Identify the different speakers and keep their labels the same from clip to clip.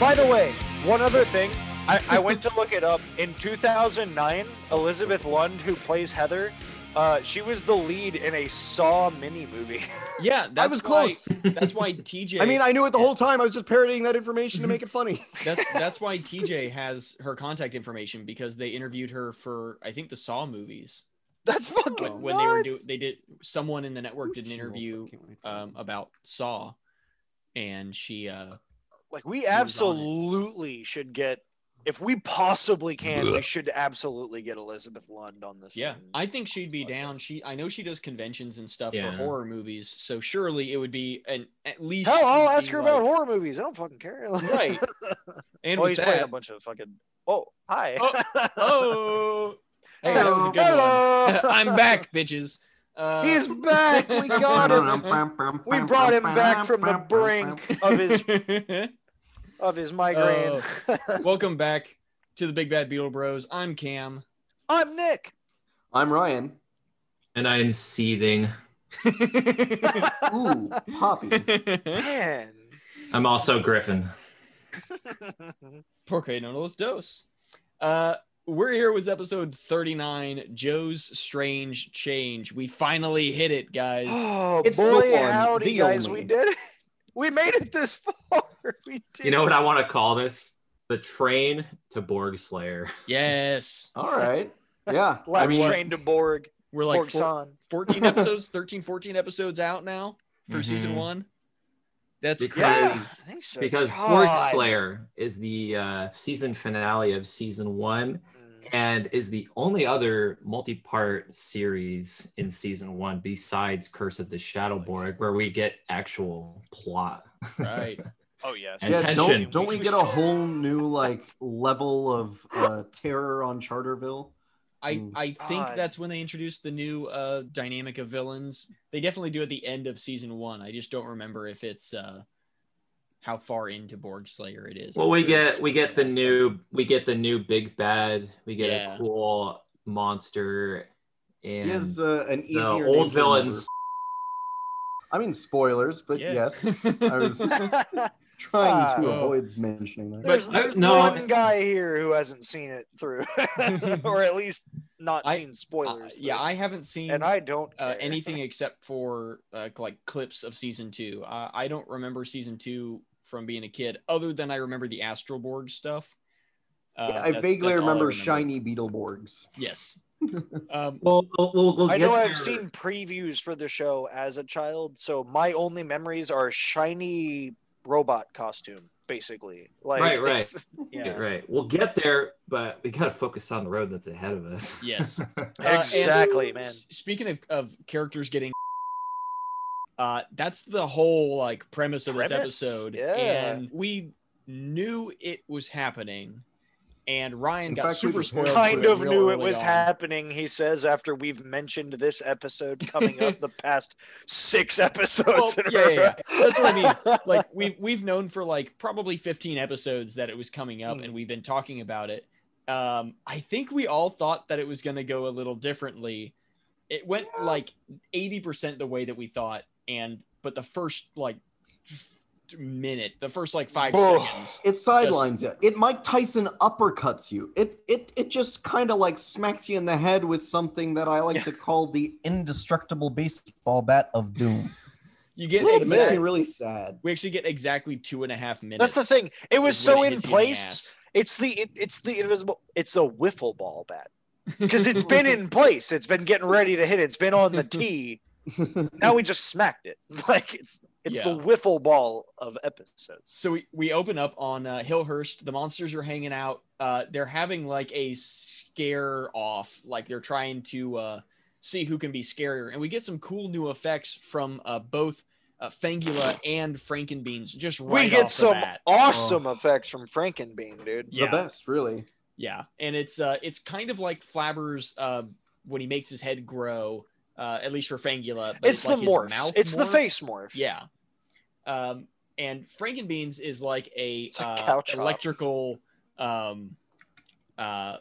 Speaker 1: by the way, one other thing. I, I went to look it up. In 2009, Elizabeth Lund, who plays Heather, uh, she was the lead in a Saw mini movie.
Speaker 2: Yeah, that's
Speaker 3: was
Speaker 2: why-
Speaker 3: close.
Speaker 2: that's why TJ.
Speaker 3: I mean, I knew it the whole time. I was just parodying that information to make it funny.
Speaker 2: that's that's why TJ has her contact information because they interviewed her for I think the Saw movies
Speaker 1: That's fucking
Speaker 2: Oh, when, when they were doing.
Speaker 1: Oh, nuts.
Speaker 2: They did someone in the network did an interview um, about Saw, and she uh,
Speaker 1: like we
Speaker 2: on it.
Speaker 1: absolutely should get if we possibly can, we should absolutely get Elizabeth Lund on this.
Speaker 2: yeah,
Speaker 1: one.
Speaker 2: I think she'd be down. She I know she does conventions and stuff
Speaker 4: Yeah.
Speaker 2: for horror movies, so surely it would be an at least.
Speaker 1: Hell, I'll
Speaker 2: she'd
Speaker 1: ask
Speaker 2: be
Speaker 1: her about
Speaker 2: like-
Speaker 1: horror movies. I don't fucking care.
Speaker 2: Right. And
Speaker 1: well,
Speaker 2: with
Speaker 1: he's played a
Speaker 2: that,
Speaker 1: bunch of fucking. Oh, hi.
Speaker 2: oh, hey, that was a good one.
Speaker 1: Hello.
Speaker 2: I'm back, bitches. Uh,
Speaker 1: He's back. We got him. We brought him back from the brink of his of his migraine.
Speaker 2: Oh. Welcome back to the Big Bad Beetle Bros. I'm Cam.
Speaker 1: I'm Nick.
Speaker 3: I'm Ryan.
Speaker 4: and I am seething.
Speaker 3: Ooh, Poppy.
Speaker 1: Man.
Speaker 4: I'm also Griffin.
Speaker 2: Porque no los dos. Uh, we're here with episode 39, Joe's Strange Change. We finally hit it, guys.
Speaker 1: oh
Speaker 3: It's the
Speaker 1: boy,
Speaker 3: one,
Speaker 1: howdy
Speaker 3: the
Speaker 1: guys,
Speaker 3: only.
Speaker 1: we did it. We made it this far. We did.
Speaker 4: You know what I want to call this? The train to Borg Slayer.
Speaker 2: yes.
Speaker 3: All right. Yeah.
Speaker 1: it. Last
Speaker 3: I mean,
Speaker 1: train to Borg.
Speaker 2: We're like
Speaker 1: Borg's
Speaker 2: four-
Speaker 1: on.
Speaker 2: 14 episodes, 13, 14 episodes out now for season
Speaker 4: Mhm.
Speaker 2: one. That's
Speaker 4: Because-
Speaker 2: crazy.
Speaker 1: Yeah, I
Speaker 4: Because-
Speaker 1: think so.
Speaker 4: Because Borg
Speaker 1: Oh, God.
Speaker 4: Slayer is the uh, season finale of season one
Speaker 1: Mm.
Speaker 4: and is the only other multi part series in season one besides Curse of the Shadow Borg, where we get actual plot.
Speaker 2: Right.
Speaker 1: Oh yes.
Speaker 4: And
Speaker 3: yeah,
Speaker 4: tension.
Speaker 3: don't, don't we get a whole new like level of uh, terror on Charterville?
Speaker 2: I,
Speaker 3: Mm.
Speaker 2: I think
Speaker 1: God.
Speaker 2: that's when they introduced the new uh, dynamic of villains. They definitely do at the end of season one. I just don't remember if it's uh, how far into Borg Slayer it is.
Speaker 4: Well,
Speaker 2: I'm
Speaker 4: we
Speaker 2: sure
Speaker 4: get
Speaker 2: it's-
Speaker 4: we get the new we get the new big bad. We get
Speaker 2: Yeah.
Speaker 4: a cool monster and
Speaker 3: He has uh, an
Speaker 4: the
Speaker 3: easier name
Speaker 4: old
Speaker 3: to remember.
Speaker 4: villains.
Speaker 3: I mean spoilers, but
Speaker 2: Yeah. Uh,
Speaker 3: yes, I was
Speaker 1: Ah.
Speaker 3: trying to avoid mentioning that.
Speaker 1: There's,
Speaker 2: uh,
Speaker 4: I-
Speaker 1: there's
Speaker 4: no, I-
Speaker 1: one guy here who hasn't seen it through, or at least not
Speaker 2: I-
Speaker 1: seen
Speaker 2: Uh,
Speaker 1: spoilers.
Speaker 2: yeah,
Speaker 1: through.
Speaker 2: I haven't seen
Speaker 1: and I don't
Speaker 2: uh,
Speaker 1: care.
Speaker 2: anything except for uh, like clips of season two. Uh, I don't remember season two from being a kid, other than I remember the Astral Borg stuff. Uh,
Speaker 3: Yeah, I
Speaker 2: that's-
Speaker 3: vaguely
Speaker 2: that's all
Speaker 3: remember, shiny Beetleborgs.
Speaker 2: Yes. Um,
Speaker 4: Well, we'll, we'll, we'll
Speaker 1: I
Speaker 4: get
Speaker 1: know I've
Speaker 4: there.
Speaker 1: seen previews for the show as a child, so my only memories are shiny robot costume, basically. Like,
Speaker 4: Right, right.
Speaker 1: it's- Yeah.
Speaker 4: Right, we'll get there, but we gotta focus on the road that's ahead of us.
Speaker 2: yes. Uh, and
Speaker 1: Exactly, man.
Speaker 2: s- Speaking of, of characters getting, uh, that's the whole like premise of this
Speaker 1: Premise?
Speaker 2: episode,
Speaker 1: Yeah.
Speaker 2: and we knew it was happening, and Ryan
Speaker 3: In
Speaker 2: got
Speaker 3: fact, we
Speaker 2: super
Speaker 3: were
Speaker 2: spoiled. for
Speaker 1: Kind
Speaker 2: it
Speaker 1: of
Speaker 2: real
Speaker 1: knew it
Speaker 2: early
Speaker 1: was
Speaker 2: on.
Speaker 1: happening, he says, after we've mentioned this episode coming up the past six episodes. in
Speaker 2: Well,
Speaker 1: a
Speaker 2: yeah, yeah,
Speaker 1: row.
Speaker 2: yeah. That's what I mean. Like we we've known for like probably 15 episodes that it was coming up,
Speaker 1: Mm.
Speaker 2: and we've been talking about it. Um, I think we all thought that it was going to go a little differently. It went like 80% the way that we thought, and but the first like minute, the first like five
Speaker 1: Whoa.
Speaker 2: seconds,
Speaker 3: It sidelines you. It Mike Tyson uppercuts you. It it it just kind of like smacks you in the head with something that I like
Speaker 2: Yeah.
Speaker 3: to call the indestructible baseball bat of doom.
Speaker 2: you get
Speaker 1: Little
Speaker 3: It makes me
Speaker 2: exact,
Speaker 1: bit.
Speaker 3: really sad.
Speaker 2: we actually get exactly two and a half minutes.
Speaker 1: That's the thing. It was
Speaker 2: is
Speaker 1: so
Speaker 2: when
Speaker 1: in
Speaker 2: hits you the
Speaker 1: place.
Speaker 2: ass.
Speaker 1: It's the it, it's the invisible. It's the wiffle ball bat because it's been in place. It's been getting ready to hit. It's been on the tee. Now we just smacked it. It's like it's it's the
Speaker 2: Yeah.
Speaker 1: wiffle ball of episodes.
Speaker 2: So we, we open up on uh, Hillhurst. The monsters are hanging out. Uh, they're having like a scare off, like they're trying to uh, see who can be scarier. And we get some cool new effects from uh, both uh, Fangula and Frankenbeans. Just right
Speaker 1: we get
Speaker 2: off
Speaker 1: some
Speaker 2: the bat.
Speaker 1: awesome effects from Frankenbean, dude.
Speaker 2: yeah,
Speaker 3: The best, really.
Speaker 2: yeah. And it's uh, it's kind of like Flabber's uh, when he makes his head grow. Uh, at least for Fangula, but
Speaker 1: It's, the
Speaker 2: like his
Speaker 1: morphs.
Speaker 2: mouth
Speaker 1: it's the
Speaker 2: morphs.
Speaker 1: face morph.
Speaker 2: Yeah. Um, and Frankenbeans is like a,
Speaker 1: a
Speaker 2: uh,
Speaker 1: cow chop.
Speaker 2: electrical um, uh,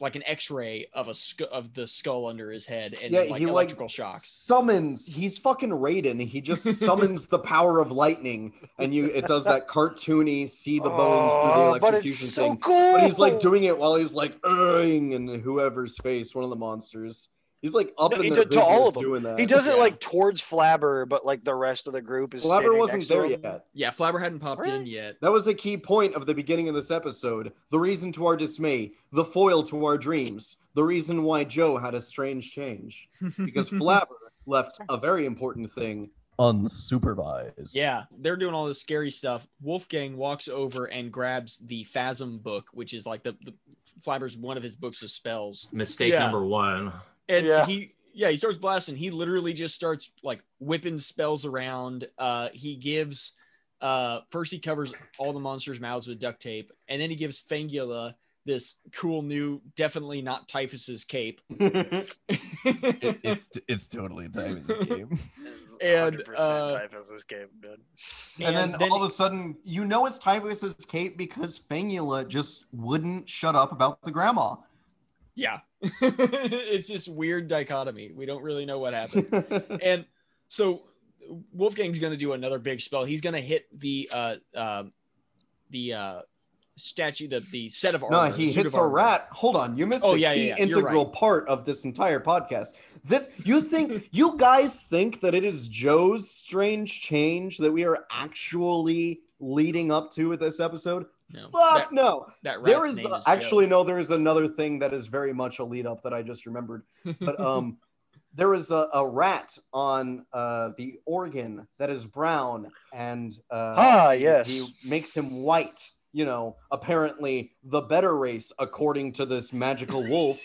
Speaker 2: like an X-ray of a sc- of the skull under his head and
Speaker 3: Yeah,
Speaker 2: like
Speaker 3: he, like,
Speaker 2: electrical shocks.
Speaker 3: Summons. He's fucking Raiden. He just summons the power of lightning, and you. It does that cartoony see the bones through the
Speaker 1: Oh,
Speaker 3: electrocution
Speaker 1: but it's so
Speaker 3: thing.
Speaker 1: cool.
Speaker 3: But he's like doing it while he's like erring in whoever's face, one of the monsters. He's like up
Speaker 1: No,
Speaker 3: in
Speaker 1: he
Speaker 3: their
Speaker 1: did to all
Speaker 3: business
Speaker 1: of them.
Speaker 3: doing that.
Speaker 1: He does it
Speaker 2: Yeah.
Speaker 1: like towards Flabber, but like the rest of the group is.
Speaker 3: Flabber
Speaker 1: standing
Speaker 3: wasn't
Speaker 1: next to
Speaker 3: there
Speaker 1: him.
Speaker 3: yet.
Speaker 2: Yeah, Flabber hadn't popped in
Speaker 1: Really?
Speaker 2: yet.
Speaker 3: That was the key point of the beginning of this episode. The reason to our dismay, the foil to our dreams, the reason why Joe had a strange change. Because Flabber left a very important thing unsupervised.
Speaker 2: Yeah, they're doing all this scary stuff. Wolfgang walks over and grabs the Phasm book, which is like the, the Flabber's one of his books of spells.
Speaker 4: Mistake
Speaker 2: Yeah.
Speaker 4: number one.
Speaker 2: And
Speaker 1: Yeah.
Speaker 2: he yeah, he starts blasting. He literally just starts like whipping spells around. Uh he gives uh first he covers all the monsters' mouths with duct tape, and then he gives Fangula this cool new, definitely not typhus's cape.
Speaker 5: It- it's it's totally time in this game.
Speaker 1: It's
Speaker 2: And,
Speaker 1: 100%
Speaker 2: uh,
Speaker 1: typhus this game, dude.
Speaker 2: And
Speaker 3: And, then,
Speaker 2: then-
Speaker 3: all of a sudden, you know it's Typhus's cape because Fangula just wouldn't shut up about the grandma.
Speaker 2: Yeah. it's this weird dichotomy. We don't really know what happened. and so Wolfgang's going to do another big spell. He's going to hit the uh, um the uh, statue, the the set of armor.
Speaker 3: no, he
Speaker 2: the suit
Speaker 3: hits
Speaker 2: of
Speaker 3: a
Speaker 2: armor.
Speaker 3: rat. Hold on, you missed
Speaker 2: Oh,
Speaker 3: a
Speaker 2: yeah,
Speaker 3: key
Speaker 2: yeah, yeah, you're
Speaker 3: integral part of this entire podcast. This you think you guys think that it is Joe's strange change that we are actually leading up to with this episode?
Speaker 2: No,
Speaker 3: Fuck
Speaker 2: that,
Speaker 3: no.
Speaker 2: that rat's
Speaker 3: There is,
Speaker 2: name
Speaker 3: uh,
Speaker 2: Joe.
Speaker 3: actually no. There is another thing that is very much a lead up that I just remembered. But um, there is a, a rat on uh, the organ that is brown, and uh,
Speaker 1: Ah, yes.
Speaker 3: he makes him white. You know, apparently the better race according to this magical wolf.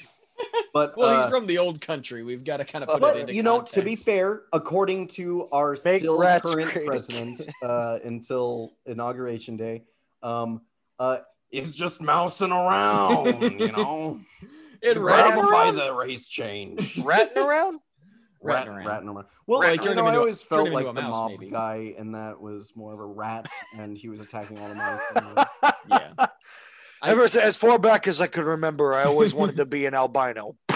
Speaker 3: But
Speaker 2: well,
Speaker 3: uh,
Speaker 2: he's from the old country. We've got to kind of put it
Speaker 3: but
Speaker 2: into
Speaker 3: you know, to be
Speaker 2: context.
Speaker 3: fair, according to our
Speaker 1: Make
Speaker 3: still
Speaker 1: rats
Speaker 3: current
Speaker 1: great
Speaker 3: president uh, until inauguration day, um, uh, it's just mousing around, you know.
Speaker 2: it
Speaker 3: Grab
Speaker 2: ran
Speaker 3: 'em
Speaker 1: around?
Speaker 3: by the race change.
Speaker 1: Ratting around?
Speaker 2: Ratting around.
Speaker 3: ratting around. Well,
Speaker 1: Ratting
Speaker 3: like, you
Speaker 2: around.
Speaker 3: know, I
Speaker 2: Turn him
Speaker 3: always
Speaker 2: into a- turn
Speaker 3: felt
Speaker 2: him
Speaker 3: like
Speaker 2: into
Speaker 3: the
Speaker 2: a mouse,
Speaker 3: mob
Speaker 2: maybe.
Speaker 3: guy, and that was more of a rat, and he was attacking all the mice.
Speaker 2: yeah. I-
Speaker 1: Ever s- as far back as I can remember, I always wanted to be an albino.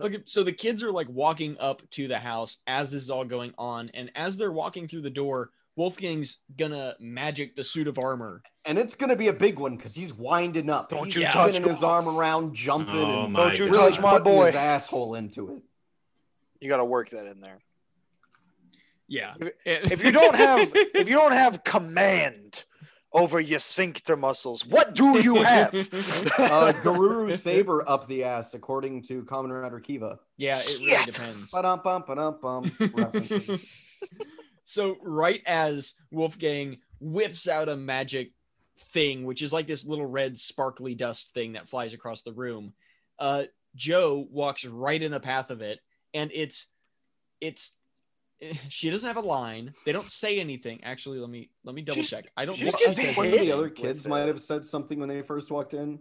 Speaker 2: Okay, so the kids are like walking up to the house as this is all going on, and as they're walking through the door, Wolfgang's gonna magic the suit of armor.
Speaker 3: and it's gonna be a big one because he's winding up.
Speaker 1: Don't
Speaker 3: he's
Speaker 1: you
Speaker 3: spinning
Speaker 1: touch-
Speaker 3: his arm around, jumping,
Speaker 4: Oh
Speaker 3: and
Speaker 4: my
Speaker 1: Don't you
Speaker 4: God.
Speaker 1: touch my
Speaker 3: putting
Speaker 1: boy.
Speaker 3: his asshole into it.
Speaker 1: you got to work that in there.
Speaker 2: Yeah.
Speaker 1: If you don't have if you don't have command over your sphincter muscles, what do you have?
Speaker 3: uh, Garuru Saber up the ass, according to Common Rider Kiva.
Speaker 2: Yeah, it really
Speaker 1: Shit.
Speaker 2: depends.
Speaker 3: Ba-dum, bum, ba-dum, bum, references.
Speaker 2: so right as Wolfgang whips out a magic thing, which is like this little red sparkly dust thing that flies across the room, uh, Joe walks right in the path of it, and it's it's she doesn't have a line. They don't say anything. Actually, let me let me double
Speaker 1: She's-
Speaker 2: check. I don't.
Speaker 1: she's
Speaker 2: think
Speaker 1: just getting
Speaker 2: she says
Speaker 3: One of
Speaker 2: anything.
Speaker 3: the other
Speaker 1: with
Speaker 3: kids
Speaker 1: it.
Speaker 3: might have said something when they first walked in.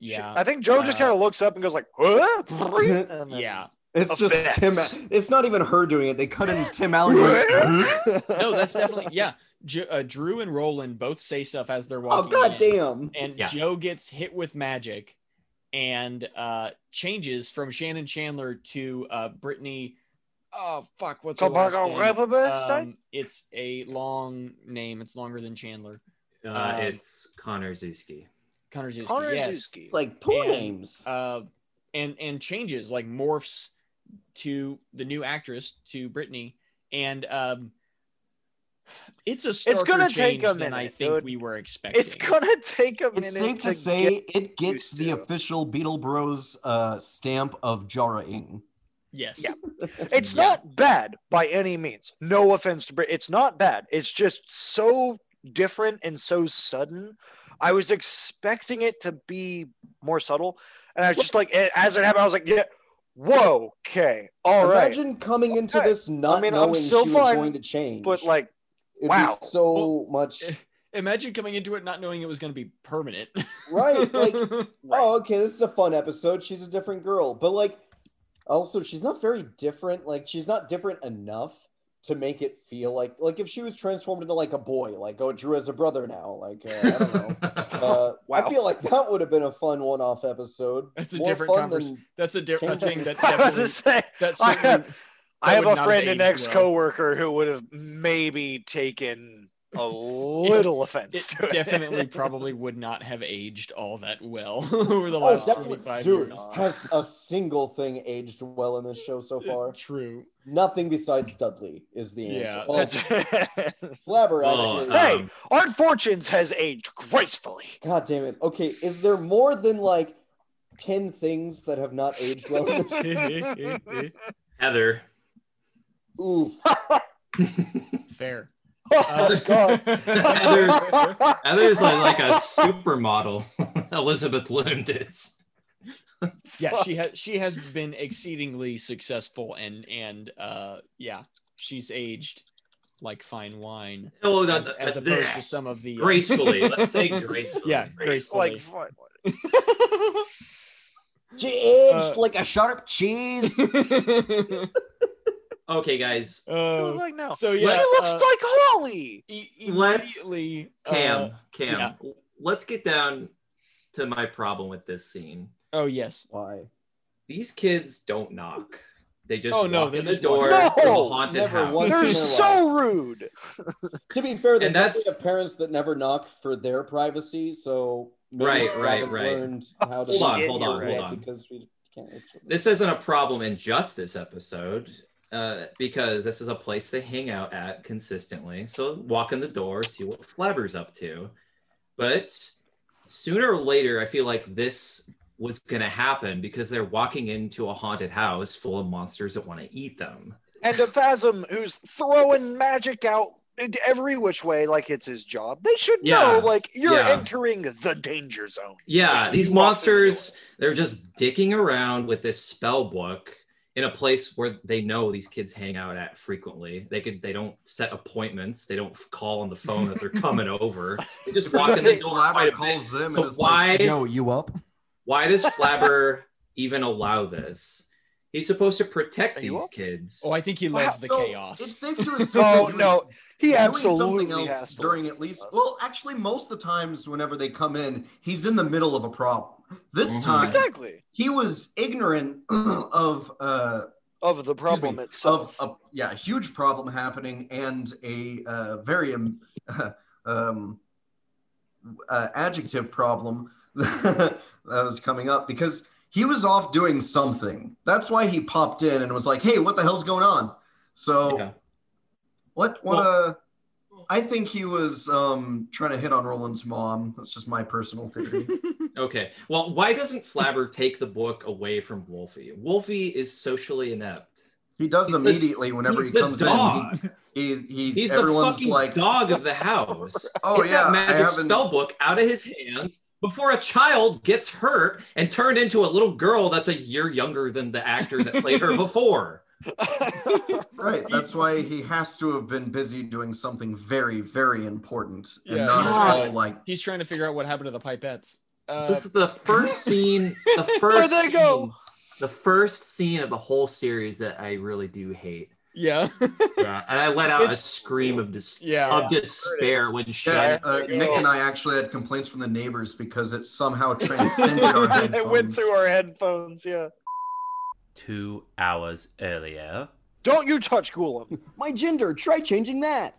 Speaker 2: Yeah.
Speaker 1: I think Joe just
Speaker 2: Uh,
Speaker 1: kind of looks up and goes like, huh? And then-
Speaker 2: yeah.
Speaker 3: It's just
Speaker 1: Offense.
Speaker 3: Tim. It's not even her doing it. They cut in Tim Allen. Oh, going,
Speaker 2: No, that's definitely yeah. Ju- uh, Drew and Roland both say stuff as they're
Speaker 3: oh
Speaker 2: walking. in.
Speaker 3: goddamn!
Speaker 2: and
Speaker 4: Yeah.
Speaker 2: Joe gets hit with magic and uh changes from Shannon Chandler to uh Brittany oh fuck what's her last
Speaker 1: Tobago
Speaker 2: name?
Speaker 1: Republic?
Speaker 2: Um, it's a long name it's longer than Chandler
Speaker 4: Uh,
Speaker 2: Um,
Speaker 4: it's Connor Zuski.
Speaker 2: Connor Zuski,
Speaker 1: eh? Connor
Speaker 2: yes.
Speaker 1: Zuski.
Speaker 3: It's like two
Speaker 2: And,
Speaker 3: names.
Speaker 2: uh and and changes like morphs to the new actress to Brittany and um it's a starker
Speaker 1: gonna take
Speaker 2: change
Speaker 1: a
Speaker 2: than I
Speaker 1: minute,
Speaker 2: think
Speaker 1: dude.
Speaker 2: we were expecting
Speaker 1: It's gonna take a minute.
Speaker 3: it's safe to,
Speaker 1: get
Speaker 3: say it gets
Speaker 1: used
Speaker 3: the
Speaker 1: to.
Speaker 3: official Beetle Bros uh, stamp of Jara-ing.
Speaker 2: yes
Speaker 1: Yeah. It's
Speaker 2: Yeah.
Speaker 1: not bad by any means. No offense to Brit. It's not bad. It's just so different and so sudden. I was expecting it to be more subtle. And I was just like, eh, as it happened, I was like, yeah, whoa, okay, all right.
Speaker 3: Imagine coming into
Speaker 1: Okay.
Speaker 3: this not
Speaker 1: I mean, I'm
Speaker 3: knowing
Speaker 1: still
Speaker 3: she was
Speaker 1: fine,
Speaker 3: going to change.
Speaker 1: But like,
Speaker 3: It'd be
Speaker 1: wow.
Speaker 3: so
Speaker 2: Well,
Speaker 3: much.
Speaker 2: imagine coming into it not knowing it was going to be permanent
Speaker 3: Right, like,
Speaker 1: right.
Speaker 3: oh, okay, this is a fun episode. She's a different girl, but like, also she's not very different. Like, she's not different enough to make it feel like like if she was transformed into like a boy, like oh Drew has a brother now, like uh, I don't know. Uh, I
Speaker 1: Wow.
Speaker 3: feel like that would have been a fun one-off episode.
Speaker 2: That's a
Speaker 3: More
Speaker 2: different
Speaker 3: fun
Speaker 2: convers-
Speaker 3: than-
Speaker 2: That's a different
Speaker 3: Change
Speaker 2: thing that
Speaker 1: I was
Speaker 2: definitely,
Speaker 1: just saying,
Speaker 2: that's
Speaker 1: I have- I have
Speaker 2: would
Speaker 1: a
Speaker 2: not have
Speaker 1: friend and
Speaker 2: aged
Speaker 1: ex
Speaker 2: well.
Speaker 1: coworker who would have maybe taken a little offense
Speaker 2: it
Speaker 1: to it.
Speaker 2: definitely probably would not have aged all that well over the
Speaker 3: Oh,
Speaker 2: last
Speaker 3: definitely,
Speaker 2: 25
Speaker 3: dude.
Speaker 2: years.
Speaker 3: Has a single thing aged well in this show so far?
Speaker 2: True.
Speaker 3: Nothing besides Dudley is the answer.
Speaker 2: Yeah,
Speaker 3: Well,
Speaker 1: That's-
Speaker 3: Flabber
Speaker 4: Well,
Speaker 3: actually.
Speaker 1: Hey!
Speaker 4: um,
Speaker 1: Art Fortunes has aged gracefully.
Speaker 3: God damn it. Okay, is there more than like ten things that have not aged well? in this-
Speaker 4: Heather.
Speaker 3: Ooh,
Speaker 2: Fair.
Speaker 1: Oh my god.
Speaker 2: Uh,
Speaker 4: Heather's- Heather's like, like a supermodel. Elizabeth Lund is.
Speaker 2: yeah, she has she has been exceedingly successful and and uh yeah, she's aged like fine wine
Speaker 4: Oh, that,
Speaker 2: as,
Speaker 4: that,
Speaker 2: as
Speaker 4: that-
Speaker 2: opposed to some of the uh,
Speaker 4: gracefully. Let's say gracefully.
Speaker 2: yeah, gracefully.
Speaker 1: like fun.
Speaker 3: she aged
Speaker 2: Uh,
Speaker 3: like a sharp cheese.
Speaker 4: Okay, guys.
Speaker 1: Oh,
Speaker 2: Uh,
Speaker 1: like no.
Speaker 2: so
Speaker 1: she
Speaker 2: yeah,
Speaker 1: looks
Speaker 2: uh,
Speaker 1: like Holly.
Speaker 2: e-
Speaker 4: Let's-
Speaker 2: immediately, uh,
Speaker 4: Cam, Cam,
Speaker 2: yeah.
Speaker 4: let's get down to my problem with this scene.
Speaker 2: oh yes,
Speaker 3: Why?
Speaker 4: These kids don't knock. They just
Speaker 2: Oh,
Speaker 4: walk
Speaker 2: no, they
Speaker 4: in the
Speaker 2: just
Speaker 4: door
Speaker 1: walk in.
Speaker 4: to
Speaker 1: No,
Speaker 4: a haunted
Speaker 3: never
Speaker 4: house.
Speaker 3: once.
Speaker 1: They're
Speaker 3: They're
Speaker 1: so rude.
Speaker 3: To be fair, they
Speaker 4: And
Speaker 3: that's
Speaker 4: that's-
Speaker 3: have parents that never knock for their privacy, so maybe
Speaker 4: Right,
Speaker 3: we
Speaker 4: right,
Speaker 3: haven't
Speaker 4: right.
Speaker 3: Learned how to
Speaker 4: Hold on,
Speaker 1: Shit,
Speaker 4: hold
Speaker 1: you're
Speaker 4: on, hold
Speaker 1: right.
Speaker 4: on.
Speaker 3: because we can't. raise children.
Speaker 4: This isn't a problem in just this episode uh, because this is a place they hang out at consistently. So walk in the door, see what Flabber's up to. But sooner or later, I feel like this was going to happen because they're walking into a haunted house full of monsters that want to eat them.
Speaker 1: And a Phasm who's throwing magic out in every which way like it's his job. They should
Speaker 4: Yeah.
Speaker 1: know like you're
Speaker 4: Yeah.
Speaker 1: entering the danger zone.
Speaker 4: Yeah,
Speaker 1: Like,
Speaker 4: these
Speaker 1: you walk through the
Speaker 4: monsters, they're just dicking around with this spell book in a place where they know these kids hang out at frequently. They could they don't set appointments, they don't f- call on the phone that they're coming over. They just walk in the door. quite
Speaker 5: Flabber
Speaker 4: a bit.
Speaker 5: calls them.
Speaker 4: So
Speaker 5: and is like,
Speaker 4: why-
Speaker 5: Yo, you up?
Speaker 4: Why does Flabber even allow this? He's supposed to protect
Speaker 1: Are you
Speaker 4: these
Speaker 1: up?
Speaker 4: kids.
Speaker 2: Oh, I think he loves the
Speaker 5: So,
Speaker 2: chaos.
Speaker 5: It's safe to assume.
Speaker 1: Oh,
Speaker 5: that he
Speaker 1: no,
Speaker 5: was
Speaker 1: He
Speaker 5: doing
Speaker 1: absolutely
Speaker 5: something else
Speaker 1: has to.
Speaker 5: during at least. Well, actually, most of the times whenever they come in, he's in the middle of a problem. This
Speaker 1: Mm-hmm.
Speaker 4: Mhm.
Speaker 5: time,
Speaker 1: exactly
Speaker 5: he was ignorant of uh,
Speaker 1: of the problem
Speaker 5: me,
Speaker 1: itself.
Speaker 5: of a yeah huge problem happening and a uh, very um, um, uh, adjective problem that was coming up because he was off doing something. That's why he popped in and was like, "Hey, what the hell's going on?" So
Speaker 4: Yeah.
Speaker 5: what what uh I think he was um trying to hit on Roland's mom. That's just my personal theory.
Speaker 4: Okay. Well, why doesn't Flabber take the book away from Wolfie? Wolfie is socially inept.
Speaker 5: He does
Speaker 4: He's the-
Speaker 5: immediately whenever
Speaker 4: He's
Speaker 5: he
Speaker 4: the
Speaker 5: comes in.
Speaker 4: dog.
Speaker 5: He, he's he's,
Speaker 4: He's the
Speaker 5: everyone's
Speaker 4: fucking
Speaker 5: like,
Speaker 4: dog of the house.
Speaker 5: "Oh
Speaker 4: get
Speaker 5: yeah,
Speaker 4: that
Speaker 5: I
Speaker 4: magic
Speaker 5: haven't-
Speaker 4: spell book out of his hands before a child gets hurt and turned into a little girl that's a year younger than the actor that played her before.
Speaker 5: Right. That's why he has to have been busy doing something very, very important.
Speaker 2: Yeah.
Speaker 5: And not
Speaker 4: Yeah.
Speaker 5: at all like
Speaker 2: He's trying to figure out what happened to the pipettes. Uh,
Speaker 4: This is the first scene. The first
Speaker 1: Where'd they go?
Speaker 4: scene- The first scene of the whole series that I really do hate.
Speaker 2: yeah,
Speaker 4: Yeah, and I let out a
Speaker 2: It's-
Speaker 4: scream of dis-
Speaker 2: yeah.
Speaker 4: of despair when Shannon.
Speaker 5: yeah, uh, Nick and I actually had complaints from the neighbors because it somehow transcended our
Speaker 1: it
Speaker 5: headphones.
Speaker 1: went through our headphones, yeah.
Speaker 6: Two hours earlier.
Speaker 1: Don't you touch Ghoulam.
Speaker 3: My gender, try changing that.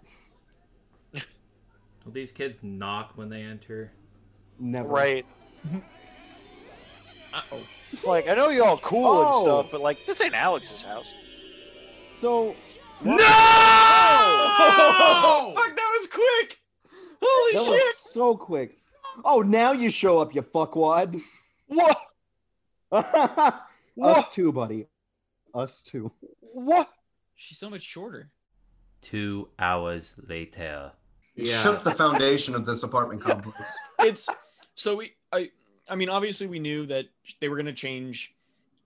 Speaker 4: Will these kids knock when they enter?
Speaker 3: Never.
Speaker 1: Right. Like, I know you're all cool and
Speaker 3: Oh.
Speaker 1: stuff, but like, this ain't Alex's house.
Speaker 3: So
Speaker 2: Oh, fuck, that was quick. Holy
Speaker 3: that
Speaker 2: shit.
Speaker 3: was so quick. Oh, now you show up, you fuckwad.
Speaker 1: What?
Speaker 3: Us
Speaker 1: What?
Speaker 3: too, buddy. Us too.
Speaker 1: What?
Speaker 2: She's so much shorter.
Speaker 6: Two hours later.
Speaker 5: It
Speaker 4: Yeah.
Speaker 5: shook the foundation of this apartment complex.
Speaker 2: It's so we. I. I mean, obviously, we knew that they were going to change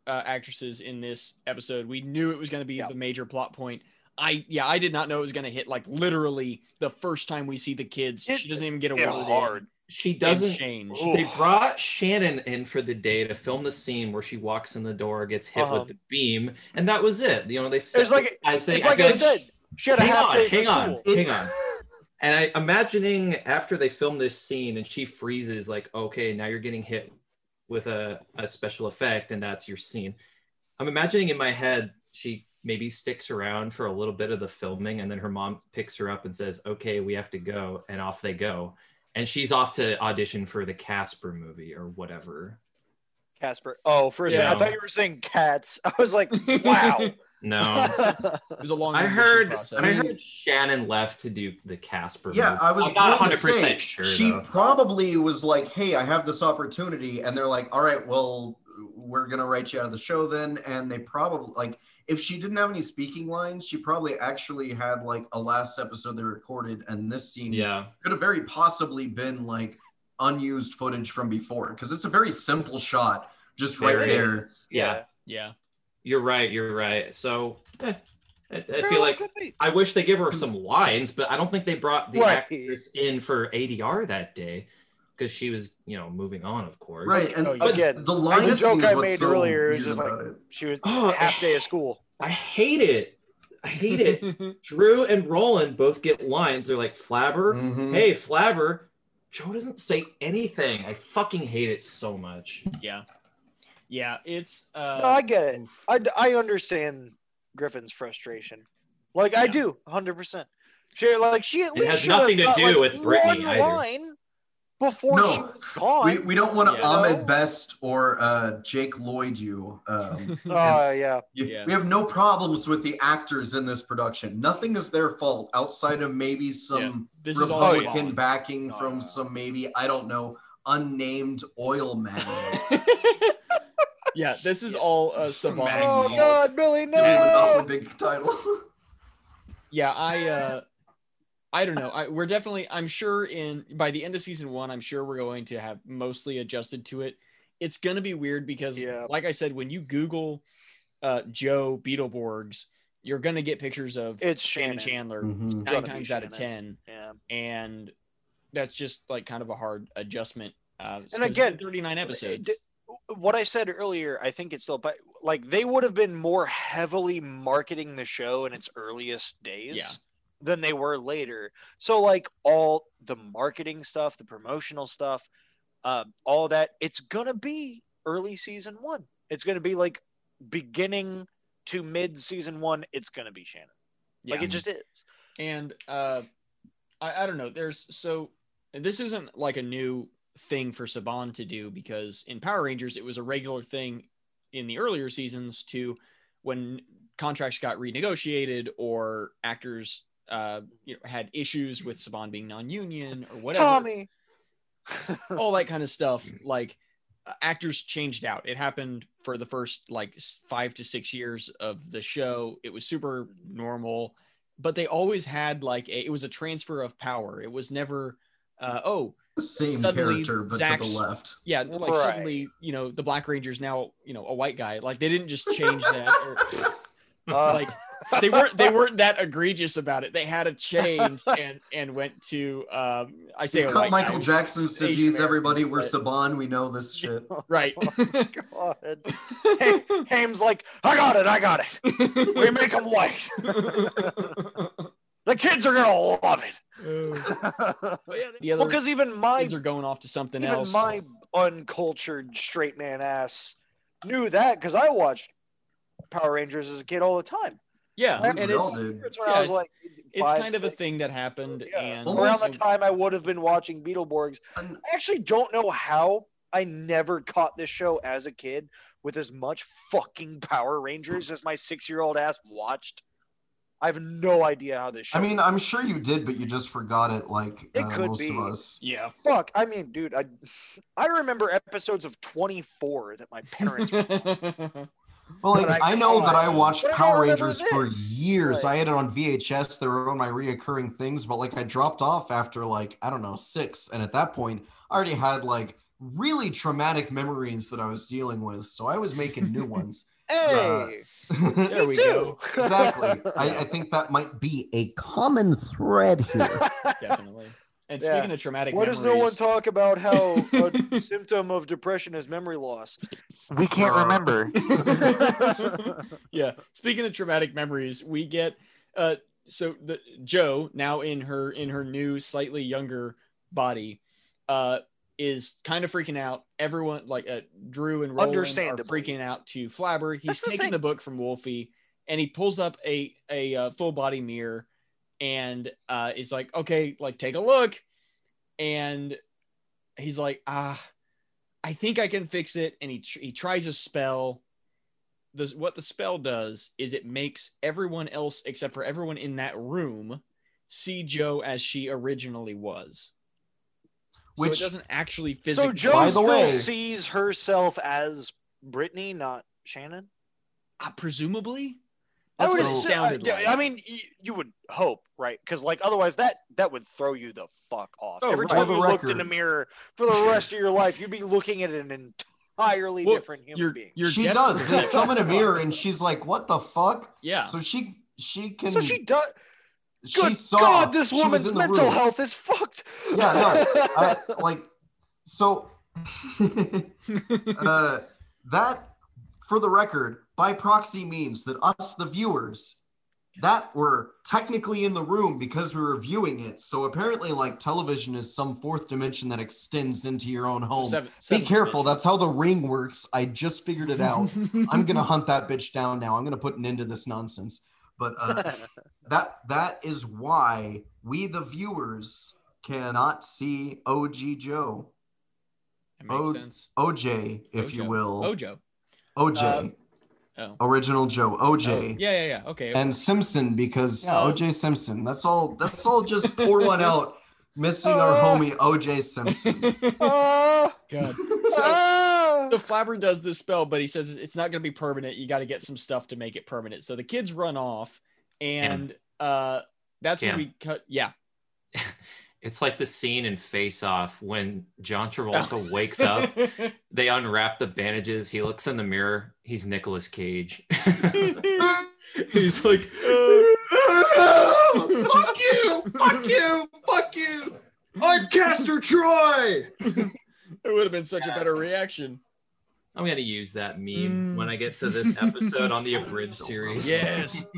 Speaker 2: uh, actresses in this episode. We knew it was going to be
Speaker 1: Yeah.
Speaker 2: the major plot point. I yeah, I did not know it was going to hit like literally the first time we see the kids.
Speaker 1: It-
Speaker 2: she doesn't even get a
Speaker 1: it
Speaker 2: word
Speaker 1: hard.
Speaker 2: in.
Speaker 4: She
Speaker 2: It's
Speaker 4: doesn't
Speaker 2: change.
Speaker 1: Ooh.
Speaker 4: They brought Shannon in for the day to film the scene where she walks in the door, gets hit
Speaker 1: Uh-huh.
Speaker 4: with the beam, and that was it. You know, they said
Speaker 1: It's like-
Speaker 4: I say,
Speaker 1: it's
Speaker 4: I
Speaker 1: like
Speaker 4: feel
Speaker 1: I said, She had a
Speaker 4: hang
Speaker 1: half
Speaker 4: on,
Speaker 1: day for
Speaker 4: hang on,
Speaker 1: school.
Speaker 4: hang on. And I imagining after they film this scene and she freezes, like, okay, now you're getting hit with a, a special effect, and that's your scene. I'm imagining in my head she maybe sticks around for a little bit of the filming, and then her mom picks her up and says, Okay, we have to go, and off they go. And she's off to audition for the Casper movie or whatever.
Speaker 1: Casper. Oh, for a second, I
Speaker 4: Yeah.
Speaker 1: thought you were saying cats. I was like, wow.
Speaker 4: No.
Speaker 2: It was a long.
Speaker 4: I
Speaker 2: audition
Speaker 4: heard
Speaker 2: process.
Speaker 4: I heard Shannon left to do the Casper
Speaker 3: Yeah,
Speaker 4: movie.
Speaker 3: I was
Speaker 4: I'm not
Speaker 3: going to
Speaker 4: 100%
Speaker 3: say,
Speaker 4: sure.
Speaker 3: she
Speaker 4: though.
Speaker 3: probably was like, "Hey, I have this opportunity," and they're like, "All right, well, we're gonna write you out of the show then." And they probably like, if she didn't have any speaking lines, she probably actually had like a last episode they recorded, and this scene
Speaker 4: Yeah.
Speaker 3: could have very possibly been like unused footage from before because it's a very simple shot, just right
Speaker 4: Very.
Speaker 3: there.
Speaker 4: Yeah.
Speaker 2: Yeah.
Speaker 4: You're right. You're right. So eh, I, I
Speaker 1: Very
Speaker 4: feel
Speaker 1: well
Speaker 4: like
Speaker 1: could be.
Speaker 4: I wish they give her some lines, but I don't think they brought the
Speaker 1: Right.
Speaker 4: actress in for ADR that day because she was, you know, moving on, of course.
Speaker 3: Right, and
Speaker 2: Oh, yeah.
Speaker 3: but
Speaker 1: Again,
Speaker 3: the line
Speaker 1: the joke
Speaker 3: scene is
Speaker 1: I
Speaker 3: what's
Speaker 1: made
Speaker 3: so
Speaker 1: earlier is
Speaker 3: weird
Speaker 1: just like-
Speaker 3: about it.
Speaker 1: She was
Speaker 4: Oh,
Speaker 1: half day of school.
Speaker 4: I hate it. I hate it. Drew and Roland both get lines. They're like Flabber.
Speaker 3: Mhm.
Speaker 4: Hey, Flabber. Joe doesn't say anything. I fucking hate it so much.
Speaker 2: yeah. Yeah. It's.
Speaker 1: No,
Speaker 2: Uh,
Speaker 1: I get it.
Speaker 2: oof.
Speaker 1: I, I understand Griffin's frustration. Like I
Speaker 2: Yeah.
Speaker 1: do, hundred percent. She like she at
Speaker 4: It
Speaker 1: least
Speaker 4: has
Speaker 1: should have
Speaker 4: nothing to
Speaker 1: got,
Speaker 4: do
Speaker 1: like,
Speaker 4: with Brittany
Speaker 1: one
Speaker 4: either.
Speaker 1: line before
Speaker 3: No.
Speaker 1: she was gone.
Speaker 3: We, we don't want to
Speaker 2: Yeah.
Speaker 3: Ahmed Best or uh, Jake Lloyd you. Um,
Speaker 1: oh
Speaker 3: Yes.
Speaker 1: yeah,
Speaker 3: you-
Speaker 2: Yeah.
Speaker 3: We have no problems with the actors in this production. Nothing is their fault outside of maybe some
Speaker 2: this is
Speaker 4: Oh,
Speaker 2: all.
Speaker 3: Republican
Speaker 2: wrong.
Speaker 3: backing
Speaker 2: No,
Speaker 3: from
Speaker 2: no, no.
Speaker 3: some maybe I don't know unnamed oil man.
Speaker 2: yeah. This is all uh, Savant's
Speaker 3: Maggie.
Speaker 1: oh
Speaker 2: fault.
Speaker 1: god, Billy,
Speaker 3: Give him an awful
Speaker 1: no.
Speaker 3: big title.
Speaker 2: yeah i uh i don't know I, we're definitely i'm sure in by the end of season one i'm sure we're going to have mostly adjusted to it it's going to be weird because
Speaker 1: Yeah.
Speaker 2: like i said when you google uh joe beetleborgs you're going to get pictures of
Speaker 1: It's
Speaker 2: shannon
Speaker 1: Shannon.
Speaker 2: chandler
Speaker 3: Mhm.
Speaker 1: Gotta
Speaker 2: nine
Speaker 1: be
Speaker 2: times out of ten
Speaker 1: Yeah.
Speaker 2: and that's just like kind of a hard adjustment uh 'cause
Speaker 1: And again,
Speaker 2: 39 episodes
Speaker 1: d- What I said earlier, I think it's still, but like they would have been more heavily marketing the show in its earliest days
Speaker 2: Yeah.
Speaker 1: than they were later. So like all the marketing stuff, the promotional stuff, um, all that, it's gonna be early season one. It's gonna be like beginning to mid season one. It's gonna be Shannon.
Speaker 2: yeah.
Speaker 1: Like it just is.
Speaker 2: and uh I, I don't know there's so this isn't like a new thing for saban to do because in power rangers it was a regular thing in the earlier seasons to when contracts got renegotiated or actors uh you know had issues with saban being non-union or whatever
Speaker 1: Tommy.
Speaker 2: all that kind of stuff like uh, actors changed out it happened for the first like s- five to six years of the show it was super normal but they always had like a, it was a transfer of power it was never uh, oh
Speaker 3: Same
Speaker 2: Suddenly,
Speaker 3: character, but to
Speaker 2: Zach's-
Speaker 3: the left.
Speaker 2: yeah like
Speaker 1: Right.
Speaker 2: suddenly you know the black ranger's now you know a white guy like they didn't just change that or,
Speaker 1: Uh,
Speaker 2: like they weren't they weren't that egregious about it they had a change and and went to um i say
Speaker 3: He's
Speaker 2: a
Speaker 3: cut
Speaker 2: white
Speaker 3: Michael
Speaker 2: guy,
Speaker 3: Jackson says
Speaker 2: Asian
Speaker 3: he's everybody. We're
Speaker 2: Americans,
Speaker 3: Saban. We know this shit.
Speaker 2: right
Speaker 1: Oh, God. Haim's like, I got it, I got it. We make them white. the kids are gonna love it.
Speaker 2: But yeah, the
Speaker 1: well,
Speaker 2: other
Speaker 1: because even my
Speaker 2: kids are going off to something
Speaker 1: even
Speaker 2: else.
Speaker 1: my uncultured straight man ass knew that because I watched Power Rangers as a kid all the time.
Speaker 2: yeah,
Speaker 1: I-
Speaker 3: Dude,
Speaker 2: and
Speaker 3: we all
Speaker 2: it's
Speaker 3: did.
Speaker 1: It's when
Speaker 2: Yeah,
Speaker 1: I was
Speaker 2: it's-
Speaker 1: like,
Speaker 2: it's
Speaker 1: five,
Speaker 2: kind of a
Speaker 1: six. Oh,
Speaker 2: thing that happened,
Speaker 1: Yeah.
Speaker 2: and
Speaker 1: Around
Speaker 3: Almost-
Speaker 1: the time I would have been watching Beetleborgs,
Speaker 3: And-
Speaker 1: I actually don't know how I never caught this show as a kid with as much fucking Power Rangers as my six year old ass watched. I have no idea how this show.
Speaker 3: I mean, I'm sure you did, but you just forgot it like
Speaker 1: It
Speaker 3: uh,
Speaker 1: could
Speaker 3: most
Speaker 1: be.
Speaker 3: of us.
Speaker 2: yeah,
Speaker 1: fuck. I mean, dude, I I remember episodes of 24 that my parents.
Speaker 3: Well,
Speaker 1: But
Speaker 3: like,
Speaker 1: I
Speaker 3: I, know that I
Speaker 1: can't.
Speaker 3: watched
Speaker 1: But I
Speaker 3: Power
Speaker 1: remember
Speaker 3: Rangers for
Speaker 1: this.
Speaker 3: years.
Speaker 1: Like-
Speaker 3: I had it on VHS. They were on my reoccurring things, but like I dropped off after like I don't know six, and at that point, I already had like really traumatic memories that I was dealing with. So I was making new ones.
Speaker 1: hey,
Speaker 3: exactly.
Speaker 2: there we go.
Speaker 3: I, I think that might be a common thread here.
Speaker 2: Definitely. And
Speaker 1: Yeah.
Speaker 2: speaking of traumatic
Speaker 1: Why
Speaker 2: memories,
Speaker 1: does no one talk about how a symptom of depression is memory loss?
Speaker 3: We can't remember.
Speaker 2: yeah, speaking of traumatic memories, we get uh so the Joe now in her in her new slightly younger body uh is kind of freaking out. Everyone like uh, Drew and Roland are
Speaker 1: Understandably.
Speaker 2: freaking out to Flabber. He's
Speaker 1: That's the
Speaker 2: taking
Speaker 1: thing.
Speaker 2: the book from Wolfie and he pulls up a a uh, full body mirror and uh is like, "Okay, like take a look." And he's like, "Ah, I think I can fix it." And he tr- he tries a spell the what the spell does is it makes everyone else except for everyone in that room see Joe as she originally was.
Speaker 3: Which-
Speaker 2: so it doesn't actually physically.
Speaker 1: So Joe
Speaker 3: By the
Speaker 1: still
Speaker 3: way-
Speaker 1: sees herself as Brittany, not Shannon.
Speaker 2: Uh, presumably.
Speaker 1: I
Speaker 2: That's
Speaker 1: would
Speaker 2: what it
Speaker 1: assu-
Speaker 2: sounded
Speaker 1: I,
Speaker 2: like.
Speaker 1: I mean, you, you would hope, right? Because like otherwise, that that would throw you the fuck off.
Speaker 7: Oh,
Speaker 1: Every
Speaker 7: right.
Speaker 1: time
Speaker 3: For
Speaker 1: you
Speaker 3: the
Speaker 1: looked in
Speaker 3: record.
Speaker 1: a mirror for the rest of your life, you'd be looking at an entirely
Speaker 2: Well,
Speaker 1: different human
Speaker 2: you're,
Speaker 1: being.
Speaker 2: you're
Speaker 3: she
Speaker 2: definitely-
Speaker 3: does. They summon a mirror, and she's like, "What the fuck?"
Speaker 2: Yeah.
Speaker 3: So she she can.
Speaker 1: so she does.
Speaker 3: she
Speaker 1: Good
Speaker 3: saw-
Speaker 1: God, this
Speaker 3: she was
Speaker 1: woman's
Speaker 3: in the
Speaker 1: mental
Speaker 3: room.
Speaker 1: health is fucked.
Speaker 3: Yeah, I, Uh, like so uh, that for the record by proxy means that us the viewers that were technically in the room because we were viewing it so apparently like television is some fourth dimension that extends into your own home
Speaker 2: Seven-
Speaker 3: be
Speaker 2: seven
Speaker 3: careful
Speaker 2: minutes.
Speaker 3: that's how the ring works i just figured it out i'm gonna hunt that bitch down now i'm gonna put an end to this nonsense but uh, that that is why we the viewers cannot see og joe
Speaker 2: That makes
Speaker 3: Oh,
Speaker 2: sense.
Speaker 3: oj if you
Speaker 2: Ojo.
Speaker 3: will
Speaker 2: Ojo.
Speaker 3: oj
Speaker 2: Um, oh.
Speaker 3: original joe oj
Speaker 2: Yeah, yeah, yeah. Okay.
Speaker 3: and simpson because
Speaker 2: Yeah.
Speaker 3: oj simpson that's all that's all just pour one out missing our
Speaker 1: Uh.
Speaker 3: homie oj simpson
Speaker 1: Ah,
Speaker 2: God. So-
Speaker 1: ah.
Speaker 2: the flabber does this spell, but he says it's not going to be permanent. You got to get some stuff to make it permanent. So the kids run off, and uh, that's when
Speaker 4: Cam.
Speaker 2: we cut. Yeah,
Speaker 4: It's like the scene in Face Off when John Travolta wakes up.
Speaker 2: Uh,
Speaker 4: They unwrap the bandages. He looks in the mirror. He's Nicolas Cage. He's like, "Fuck you! Fuck you! Fuck you! I'm Castor Troy."
Speaker 2: it would have been such a better reaction.
Speaker 4: I'm gonna use that meme
Speaker 2: Mm.
Speaker 4: when I get to this episode on the abridged series.
Speaker 2: Yes.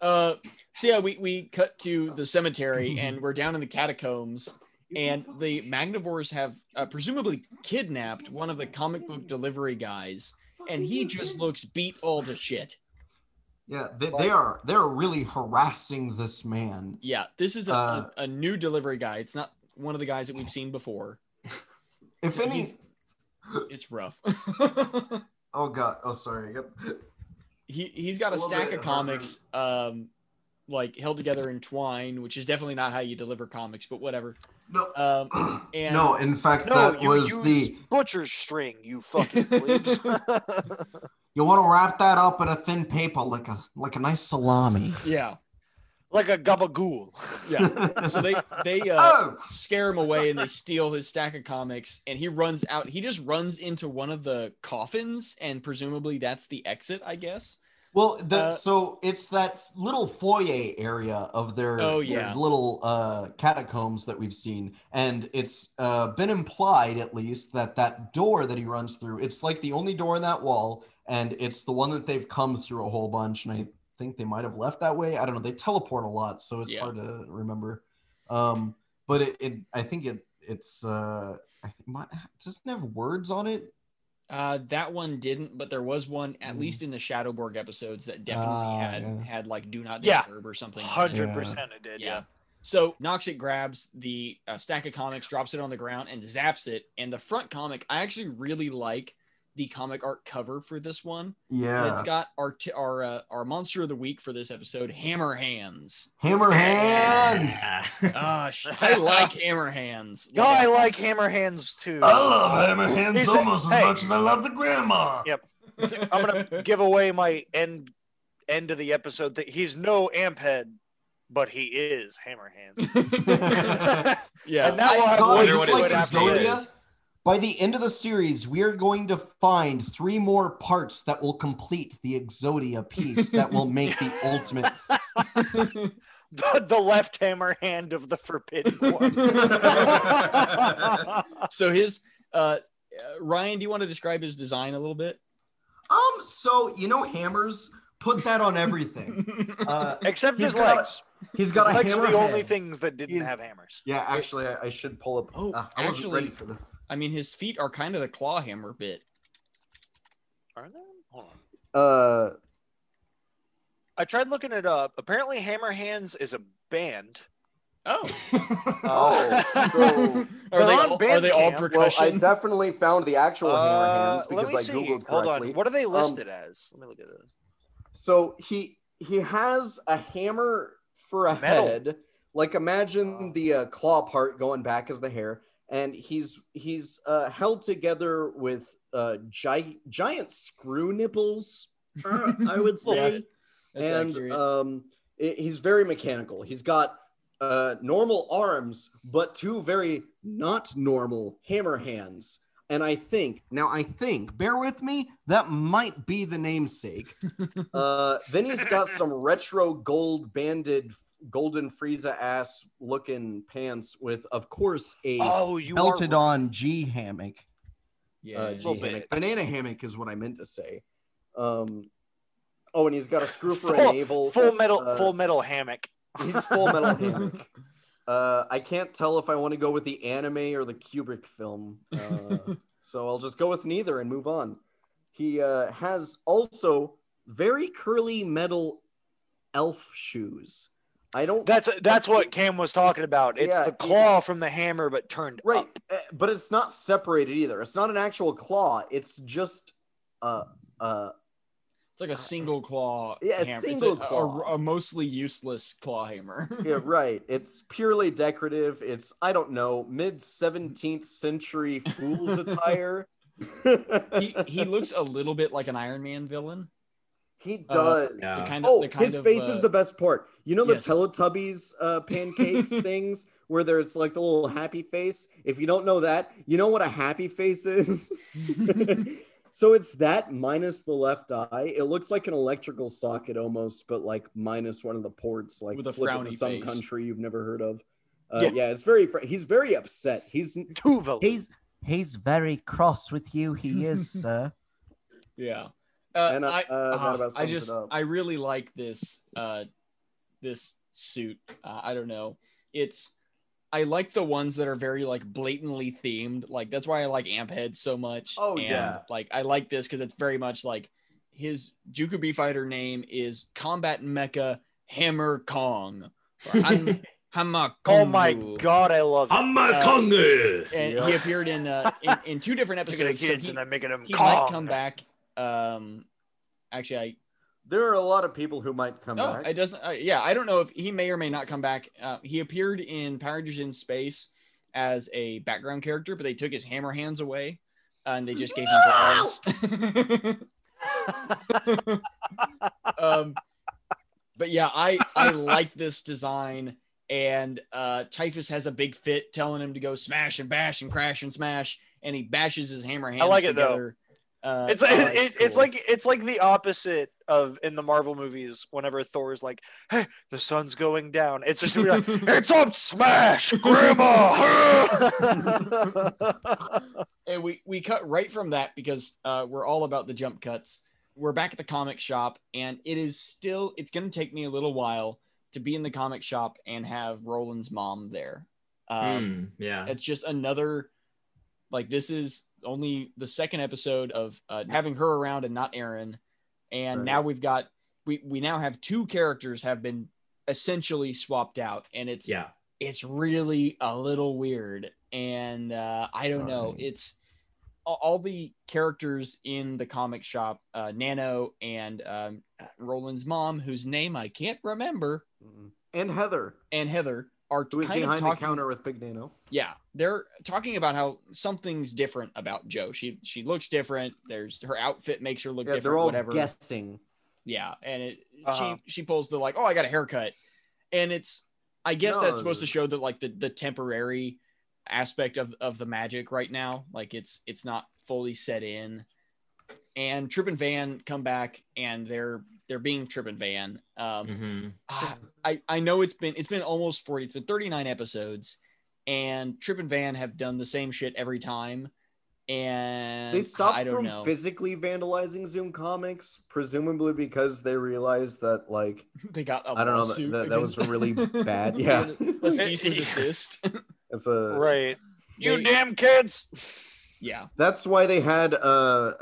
Speaker 2: Uh, so yeah, we we cut to the cemetery,
Speaker 4: Mm-hmm.
Speaker 2: and we're down in the catacombs, and the Magnivores have uh, presumably kidnapped one of the comic book delivery guys, and he just looks beat all to shit.
Speaker 3: yeah they, they are they're really harassing this man
Speaker 2: Yeah, this is a,
Speaker 3: Uh,
Speaker 2: a, a new delivery guy. It's not one of the guys that we've seen before.
Speaker 3: if any
Speaker 2: He's- It's rough.
Speaker 3: oh god oh sorry Yep.
Speaker 2: he he's got a,
Speaker 3: A little
Speaker 2: stack
Speaker 3: bit
Speaker 2: of comics, um, like held together in twine, which is definitely not how you deliver comics, but whatever.
Speaker 3: no
Speaker 2: Um, and
Speaker 3: no, in fact,
Speaker 1: No,
Speaker 3: that
Speaker 1: you
Speaker 3: was
Speaker 1: use
Speaker 3: the.
Speaker 1: butcher's string, you fucking plebes.
Speaker 3: You want to wrap that up in a thin paper, like a like a nice salami.
Speaker 2: yeah,
Speaker 1: like a gabagool.
Speaker 2: yeah. So they they uh,
Speaker 3: oh,
Speaker 2: scare him away and they steal his stack of comics, and he runs out. He just runs into one of the coffins, and presumably that's the exit, I guess.
Speaker 3: well, the,
Speaker 2: uh,
Speaker 3: so it's that little foyer area of their,
Speaker 2: Oh,
Speaker 3: their
Speaker 2: yeah.
Speaker 3: little uh, catacombs that we've seen, and it's uh, been implied at least that that door that he runs through, it's like the only door in that wall, and it's the one that they've come through a whole bunch, and I think they might have left that way. I don't know. They teleport a lot, so it's
Speaker 2: Yeah.
Speaker 3: hard to remember. Um, but it, it I think it it's uh, I think my, doesn't it have words on it.
Speaker 2: Uh, that one didn't, but there was one at
Speaker 1: Mm-hmm.
Speaker 3: Mhm.
Speaker 2: least in the Shadowborg episodes that definitely
Speaker 3: Ah,
Speaker 2: had
Speaker 3: yeah.
Speaker 2: had like do not
Speaker 1: Yeah.
Speaker 2: disturb or something. on it.
Speaker 1: Hundred percent, it did. Yeah.
Speaker 2: Yeah. So Noxit grabs the uh, stack of comics, drops it on the ground, and zaps it. And the front comic, I actually really like the comic art cover for this one.
Speaker 3: Yeah,
Speaker 2: And It's got our t- our uh, our monster of the week for this episode, Hammer Hands.
Speaker 3: hammer hands.
Speaker 2: Gosh, I like Hammer Hands.
Speaker 1: No, I like hammer hands too.
Speaker 8: love hammer hands
Speaker 1: Is it-
Speaker 8: almost
Speaker 1: hey.
Speaker 8: as much as I love the grandma.
Speaker 1: Yeah. I'm gonna give away my end end of the episode that he's no amp head, but he is hammer hands.
Speaker 2: gonna. yeah.
Speaker 1: And that will have
Speaker 3: God,
Speaker 1: way
Speaker 3: it's
Speaker 1: to
Speaker 3: like
Speaker 1: it after
Speaker 3: Zodia.
Speaker 1: this.
Speaker 3: By the end of the series, we are going to find three more parts that will complete the Exodia piece that will make the ultimate.
Speaker 1: The, the left hammer hand of the forbidden one.
Speaker 2: so his uh, uh, Ryan, do you want to describe his design a little bit?
Speaker 3: Um, so you know, hammers
Speaker 5: Put that on everything. Uh,
Speaker 1: Except
Speaker 5: He's
Speaker 1: his
Speaker 5: got a-
Speaker 1: legs.
Speaker 5: he's
Speaker 1: His
Speaker 5: got a
Speaker 1: legs are the
Speaker 5: hammerhead.
Speaker 1: only things that didn't
Speaker 5: He's-
Speaker 1: have hammers.
Speaker 5: Yeah, actually, I, I should pull up.
Speaker 2: Oh,
Speaker 5: uh, I wasn't
Speaker 2: actually-
Speaker 5: ready for this.
Speaker 2: I mean, his feet are kind of the claw hammer bit.
Speaker 1: Are there? Hold on.
Speaker 5: Uh,
Speaker 1: I tried looking it up. Apparently, Hammer Hands is a band.
Speaker 2: Oh,
Speaker 1: Uh,
Speaker 3: oh, so-
Speaker 2: are they
Speaker 1: on
Speaker 2: all, are they all
Speaker 1: Bandcamp.
Speaker 3: Well, I
Speaker 2: percussion?
Speaker 3: definitely found the actual
Speaker 1: uh,
Speaker 3: hammer hands
Speaker 1: let me
Speaker 3: because I
Speaker 1: see.
Speaker 3: googled correctly.
Speaker 1: Hold on. What are they listed as? Let me look at this.
Speaker 3: So he he has a hammer for a
Speaker 1: Metal.
Speaker 3: head. Like imagine the uh, claw part going back as the hair, and he's he's uh, held together with uh, gi- giant screw nipples. Uh, I would say,
Speaker 2: That's
Speaker 3: and
Speaker 2: accurate.
Speaker 3: um, i- he's very mechanical. He's got uh, normal arms, but two very not normal hammer hands. And I think now I think
Speaker 5: bear with me. That might be the namesake.
Speaker 3: uh, then he's got some retro gold banded golden Frieza ass looking pants with, of course, a
Speaker 1: Oh, you
Speaker 5: Belted
Speaker 1: are.
Speaker 5: on G hammock.
Speaker 2: yeah.
Speaker 3: uh,
Speaker 1: little
Speaker 3: G
Speaker 1: bit.
Speaker 3: hammock. banana hammock is what I meant to say. Um, oh, and he's got a screw for
Speaker 1: Full-
Speaker 3: an navel.
Speaker 1: Full metal,
Speaker 3: uh,
Speaker 1: full metal hammock.
Speaker 3: He's full metal hammock. Uh, I can't tell if I want to go with the anime or the Kubrick film, uh, so I'll just go with neither and move on. He uh, has also very curly metal elf shoes. I don't.
Speaker 1: That's that's what Cam was talking about. It's
Speaker 3: Yeah,
Speaker 1: the claw
Speaker 3: it's-
Speaker 1: from the hammer, but turned
Speaker 3: right,
Speaker 1: up.
Speaker 3: uh, but it's not separated either. It's not an actual claw. It's just uh uh
Speaker 2: It's like a single claw.
Speaker 3: Yeah, a
Speaker 2: hammer.
Speaker 3: single
Speaker 2: it's a,
Speaker 3: claw.
Speaker 2: A, a mostly useless claw hammer.
Speaker 3: yeah right. It's purely decorative. It's I don't know mid seventeenth century fool's attire.
Speaker 2: he, he looks a little bit like an Iron Man villain.
Speaker 3: He
Speaker 2: Uh,
Speaker 3: does.
Speaker 4: yeah.
Speaker 2: The kind of,
Speaker 3: Oh,
Speaker 2: the kind
Speaker 3: his
Speaker 2: of,
Speaker 3: face
Speaker 2: uh,
Speaker 3: is the best part. You know the
Speaker 2: yes.
Speaker 3: Teletubbies uh, pancakes things where there's like the little happy face. If you don't know that, you know what a happy face is. so it's that minus the left eye. It looks like an electrical socket almost, but like minus one of the ports, like
Speaker 2: With a
Speaker 3: flip it to
Speaker 2: frowny
Speaker 3: some
Speaker 2: face.
Speaker 3: country you've never heard of. Uh,
Speaker 1: Yeah.
Speaker 3: yeah. it's very. fr- He's very upset. He's
Speaker 1: Tuvalu.
Speaker 5: He's he's very cross with you. He is, sir.
Speaker 2: Yeah. Uh,
Speaker 3: And, uh,
Speaker 2: I,
Speaker 3: uh, that
Speaker 2: uh,
Speaker 3: about
Speaker 2: I
Speaker 3: sums it
Speaker 2: just
Speaker 3: up.
Speaker 2: I really like this uh this suit. Uh, I don't know. It's I like the ones that are very like blatantly themed. Like that's why I like Amp Head so much.
Speaker 5: Oh,
Speaker 2: And,
Speaker 5: yeah.
Speaker 2: Like I like this because it's very much like his Juku B Fighter name is Combat Mecha Hammer Kong. Or I'm uh, Hammer
Speaker 1: oh my
Speaker 2: Kongu.
Speaker 1: god, I love it.
Speaker 9: I'm a
Speaker 2: Uh,
Speaker 9: conga.
Speaker 2: And he appeared in uh in, in two different
Speaker 1: I'm looking at
Speaker 2: episodes. so
Speaker 1: kids
Speaker 2: he-
Speaker 1: and I'm making them
Speaker 2: he
Speaker 1: Kong.
Speaker 2: might come back. Um, actually, I
Speaker 3: there are a lot of people who might come
Speaker 2: no,
Speaker 3: back.
Speaker 2: it doesn't. I, yeah, I don't know if he may or may not come back. Uh, he appeared in Power Rangers in Space as a background character, but they took his hammer hands away uh, and they just gave him claws. um, but yeah, I I like this design. And uh, Typhus has a big fit telling him to go smash and bash and crash and smash, and he bashes his hammer hands
Speaker 1: like it, though.
Speaker 2: together. Uh,
Speaker 1: It's
Speaker 2: oh,
Speaker 1: it, it- it's
Speaker 2: cool.
Speaker 1: like it's like the opposite of in the Marvel movies whenever Thor's like, "Hey, the sun's going down." It's just gonna be like, "It's up, smash, grandma!"
Speaker 2: and we we cut right from that because uh, we're all about the jump cuts. We're back at the comic shop, and it is still. It's going to take me a little while to be in the comic shop and have Roland's mom there. Um,
Speaker 4: Hmm, yeah.
Speaker 2: It's just another, like this is only the second episode of uh, having her around and not Aaron, and
Speaker 3: Right.
Speaker 2: now we've got we we now have two characters have been essentially swapped out, and it's
Speaker 4: Yeah.
Speaker 2: it's really a little weird and uh, i don't know
Speaker 4: Right.
Speaker 2: it's a- all the characters in the comic shop uh, nano and um, roland's mom whose name i can't remember
Speaker 3: and Heather,
Speaker 2: and heather are
Speaker 3: who is
Speaker 2: kind of
Speaker 3: behind the
Speaker 2: talking
Speaker 3: counter with Big Nano.
Speaker 2: yeah they're talking about how something's different about joe she she looks different there's her outfit makes her look
Speaker 3: Yeah,
Speaker 2: different
Speaker 3: they're all
Speaker 2: whatever
Speaker 3: guessing.
Speaker 2: yeah and it
Speaker 1: Uh-huh.
Speaker 2: she she pulls the like oh i got a haircut and it's i guess that's supposed to
Speaker 3: No.
Speaker 2: show that like the the temporary aspect of of the magic right now like it's it's not fully set in and trip and van come back and they're they're being trip and van um
Speaker 4: Mhm.
Speaker 3: Mm-hmm.
Speaker 2: ah, I, I know it's been it's been almost 40 it's been 39 episodes and trip and van have done the same shit every time and
Speaker 3: They stopped
Speaker 2: I don't
Speaker 3: from
Speaker 2: know.
Speaker 3: physically vandalizing Zoom comics, presumably because they realized that like
Speaker 2: they got. I
Speaker 3: I don't know that, that, that was really bad. Yeah,
Speaker 2: a cease and desist.
Speaker 3: it's a
Speaker 1: Right. You
Speaker 2: They-
Speaker 1: damn kids.
Speaker 2: yeah,
Speaker 3: That's why they had uh,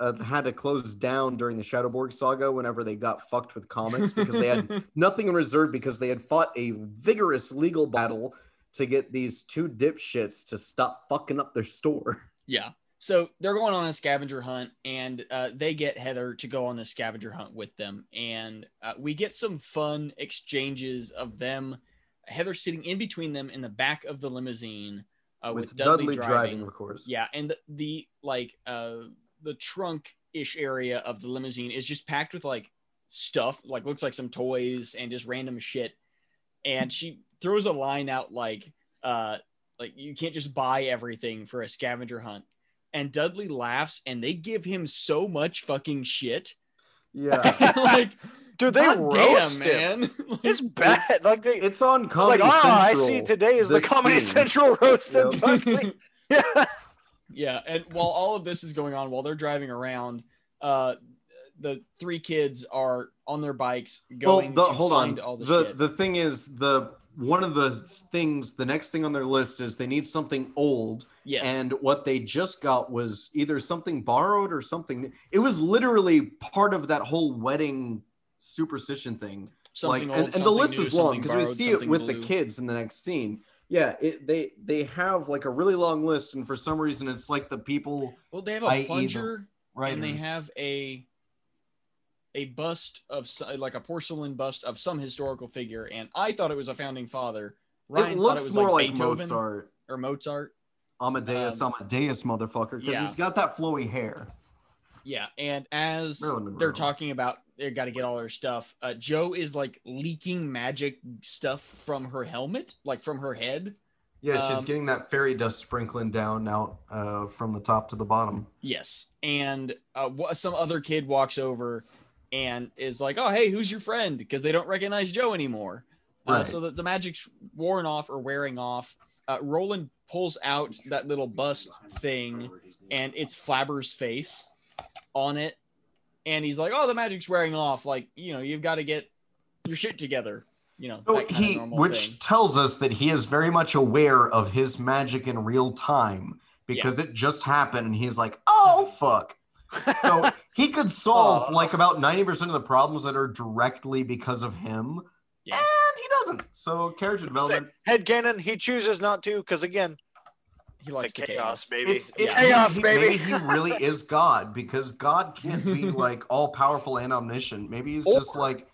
Speaker 3: uh had to close down during the Shadowborg saga whenever they got fucked with comics because they had nothing in reserve because they had fought a vigorous legal battle to get these two dipshits to stop fucking up their store.
Speaker 2: yeah. So they're going on a scavenger hunt, and uh, they get Heather to go on this scavenger hunt with them, and uh, we get some fun exchanges of them. Heather sitting in between them in the back of the limousine uh, with,
Speaker 3: With
Speaker 2: Dudley,
Speaker 3: Dudley
Speaker 2: driving.
Speaker 3: of course.
Speaker 2: Yeah, and the, the like uh the trunk ish area of the limousine is just packed with like stuff, like looks like some toys and just random shit. And she throws a line out like uh like you can't just buy everything for a scavenger hunt. And Dudley laughs and they give him so much fucking shit.
Speaker 3: Yeah.
Speaker 2: like
Speaker 1: Dude, they
Speaker 2: "God
Speaker 1: roast him.
Speaker 2: man. Like,
Speaker 1: It's bad. like they,
Speaker 3: It's on
Speaker 1: it's like,
Speaker 3: Comedy
Speaker 1: ah, I
Speaker 3: Central.
Speaker 1: see today is the
Speaker 3: this
Speaker 1: Comedy
Speaker 3: scene."
Speaker 1: Central roast that
Speaker 3: Yep.
Speaker 1: Dudley. Yeah.
Speaker 2: Yeah, and while all of this is going on, while they're driving around, uh, the three kids are on their bikes
Speaker 3: Well,
Speaker 2: going
Speaker 3: the,
Speaker 2: to
Speaker 3: hold on.
Speaker 2: find all the,
Speaker 3: the
Speaker 2: shit.
Speaker 3: the thing is the one of the things the next thing on their list is they need something old
Speaker 2: yes,
Speaker 3: And what they just got was either something borrowed or something. It was literally part of that whole wedding superstition thing.
Speaker 2: something
Speaker 3: like,
Speaker 2: old,
Speaker 3: and, and the
Speaker 2: something
Speaker 3: list
Speaker 2: new,
Speaker 3: is long
Speaker 2: something
Speaker 3: because we
Speaker 2: borrowed,
Speaker 3: see it
Speaker 2: something
Speaker 3: with the
Speaker 2: blue.
Speaker 3: kids in the next scene. Yeah, it, they they have like a really long list, and for some reason, it's like the people
Speaker 2: Well, they have a
Speaker 3: i.e. the
Speaker 2: plunger
Speaker 3: right.
Speaker 2: and they have a a bust of so- like a porcelain bust of some historical figure, and I thought it was a founding father. Ryan
Speaker 3: it
Speaker 2: thought
Speaker 3: looks
Speaker 2: it was
Speaker 3: more
Speaker 2: like,
Speaker 3: like,
Speaker 2: Beethoven
Speaker 3: Mozart,
Speaker 2: or Mozart.
Speaker 3: Amadeus,
Speaker 2: Um,
Speaker 3: Amadeus, motherfucker, because
Speaker 2: yeah.
Speaker 3: he's got that flowy hair.
Speaker 2: Yeah, and as
Speaker 3: Marilyn Monroe.
Speaker 2: they're talking about they got to get all their stuff, uh, Joe is like leaking magic stuff from her helmet, like from her head.
Speaker 3: Yeah, she's
Speaker 2: Um,
Speaker 3: getting that fairy dust sprinkling down out uh, from the top to the bottom.
Speaker 2: Yes, and uh, wha- some other kid walks over and is like, "Oh, hey, who's your friend?" Because they don't recognize Joe anymore. Uh,
Speaker 3: Right.
Speaker 2: so that the magic's worn off or wearing off. Uh, Roland pulls out that little bust thing, and it's Flabber's face on it, and he's like, "Oh, the magic's wearing off. Like, you know, you've got to get your shit together." You know,
Speaker 3: So
Speaker 2: that kinda
Speaker 3: he,
Speaker 2: normal
Speaker 3: which
Speaker 2: thing.
Speaker 3: tells us that he is very much aware of his magic in real time because it just happened, and he's like, "Oh fuck!" So he could solve
Speaker 1: Aw.
Speaker 3: like about ninety percent of the problems that are directly because of him,
Speaker 2: Yeah.
Speaker 3: and he doesn't. So character development,
Speaker 1: Headcanon, he chooses not to because, again,
Speaker 2: he
Speaker 1: the
Speaker 2: likes the
Speaker 1: chaos,
Speaker 2: chaos.
Speaker 1: baby.
Speaker 3: it's it,
Speaker 2: Yeah.
Speaker 1: Chaos,
Speaker 3: he-
Speaker 1: baby.
Speaker 3: Maybe he really is God because God can't be like all powerful and omniscient. Maybe he's just
Speaker 1: Or-
Speaker 3: like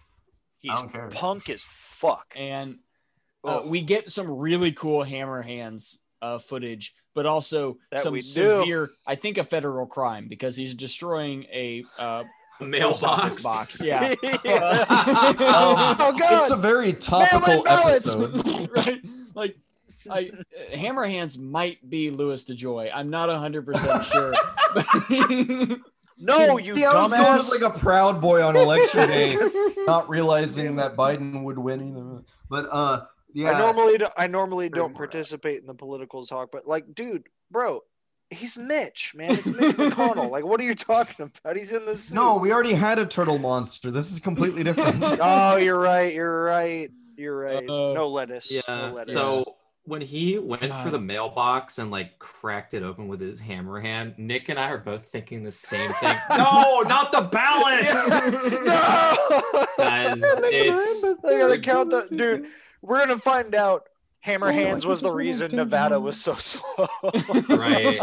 Speaker 1: He's
Speaker 3: don't care.
Speaker 1: punk as fuck. Oh.
Speaker 2: And Uh,
Speaker 1: Ugh.
Speaker 2: we get some really cool hammer hands uh, footage, but also
Speaker 1: That
Speaker 2: some
Speaker 1: we do.
Speaker 2: severe, I think, a federal crime because he's destroying a uh, post office
Speaker 4: Mailbox.
Speaker 2: box. Yeah.
Speaker 1: Yeah.
Speaker 2: Uh,
Speaker 1: oh,
Speaker 3: it's
Speaker 1: God.
Speaker 3: a very topical
Speaker 1: ballots.
Speaker 3: episode.
Speaker 2: right? Like, I, uh, hammer hands might be Louis DeJoy. I'm not 100% sure.
Speaker 1: no, you
Speaker 3: See, I was going
Speaker 1: dumbass.
Speaker 3: with, like a proud boy on election day, not realizing that Biden would win either. But uh, yeah,
Speaker 1: I normally don't, I normally
Speaker 3: Very
Speaker 1: don't
Speaker 3: moral.
Speaker 1: participate in the political talk, but like, dude, bro, he's Mitch, man. It's Mitch McConnell. Like, what are you talking about? He's in the suit.
Speaker 3: no, we already had a turtle monster. This is completely different.
Speaker 1: Oh, you're right. You're right. You're right.
Speaker 2: Uh,
Speaker 1: no lettuce.
Speaker 4: Yeah.
Speaker 1: No lettuce.
Speaker 4: So when he went for
Speaker 2: God.
Speaker 4: the mailbox and like cracked it open with his hammer hand, Nick and I are both thinking the same thing. no, not the ballot.
Speaker 1: no.
Speaker 4: Guys, it's
Speaker 1: They gotta count the dude. We're gonna find out. Hammer hands was the reason Nevada was so slow.
Speaker 4: right.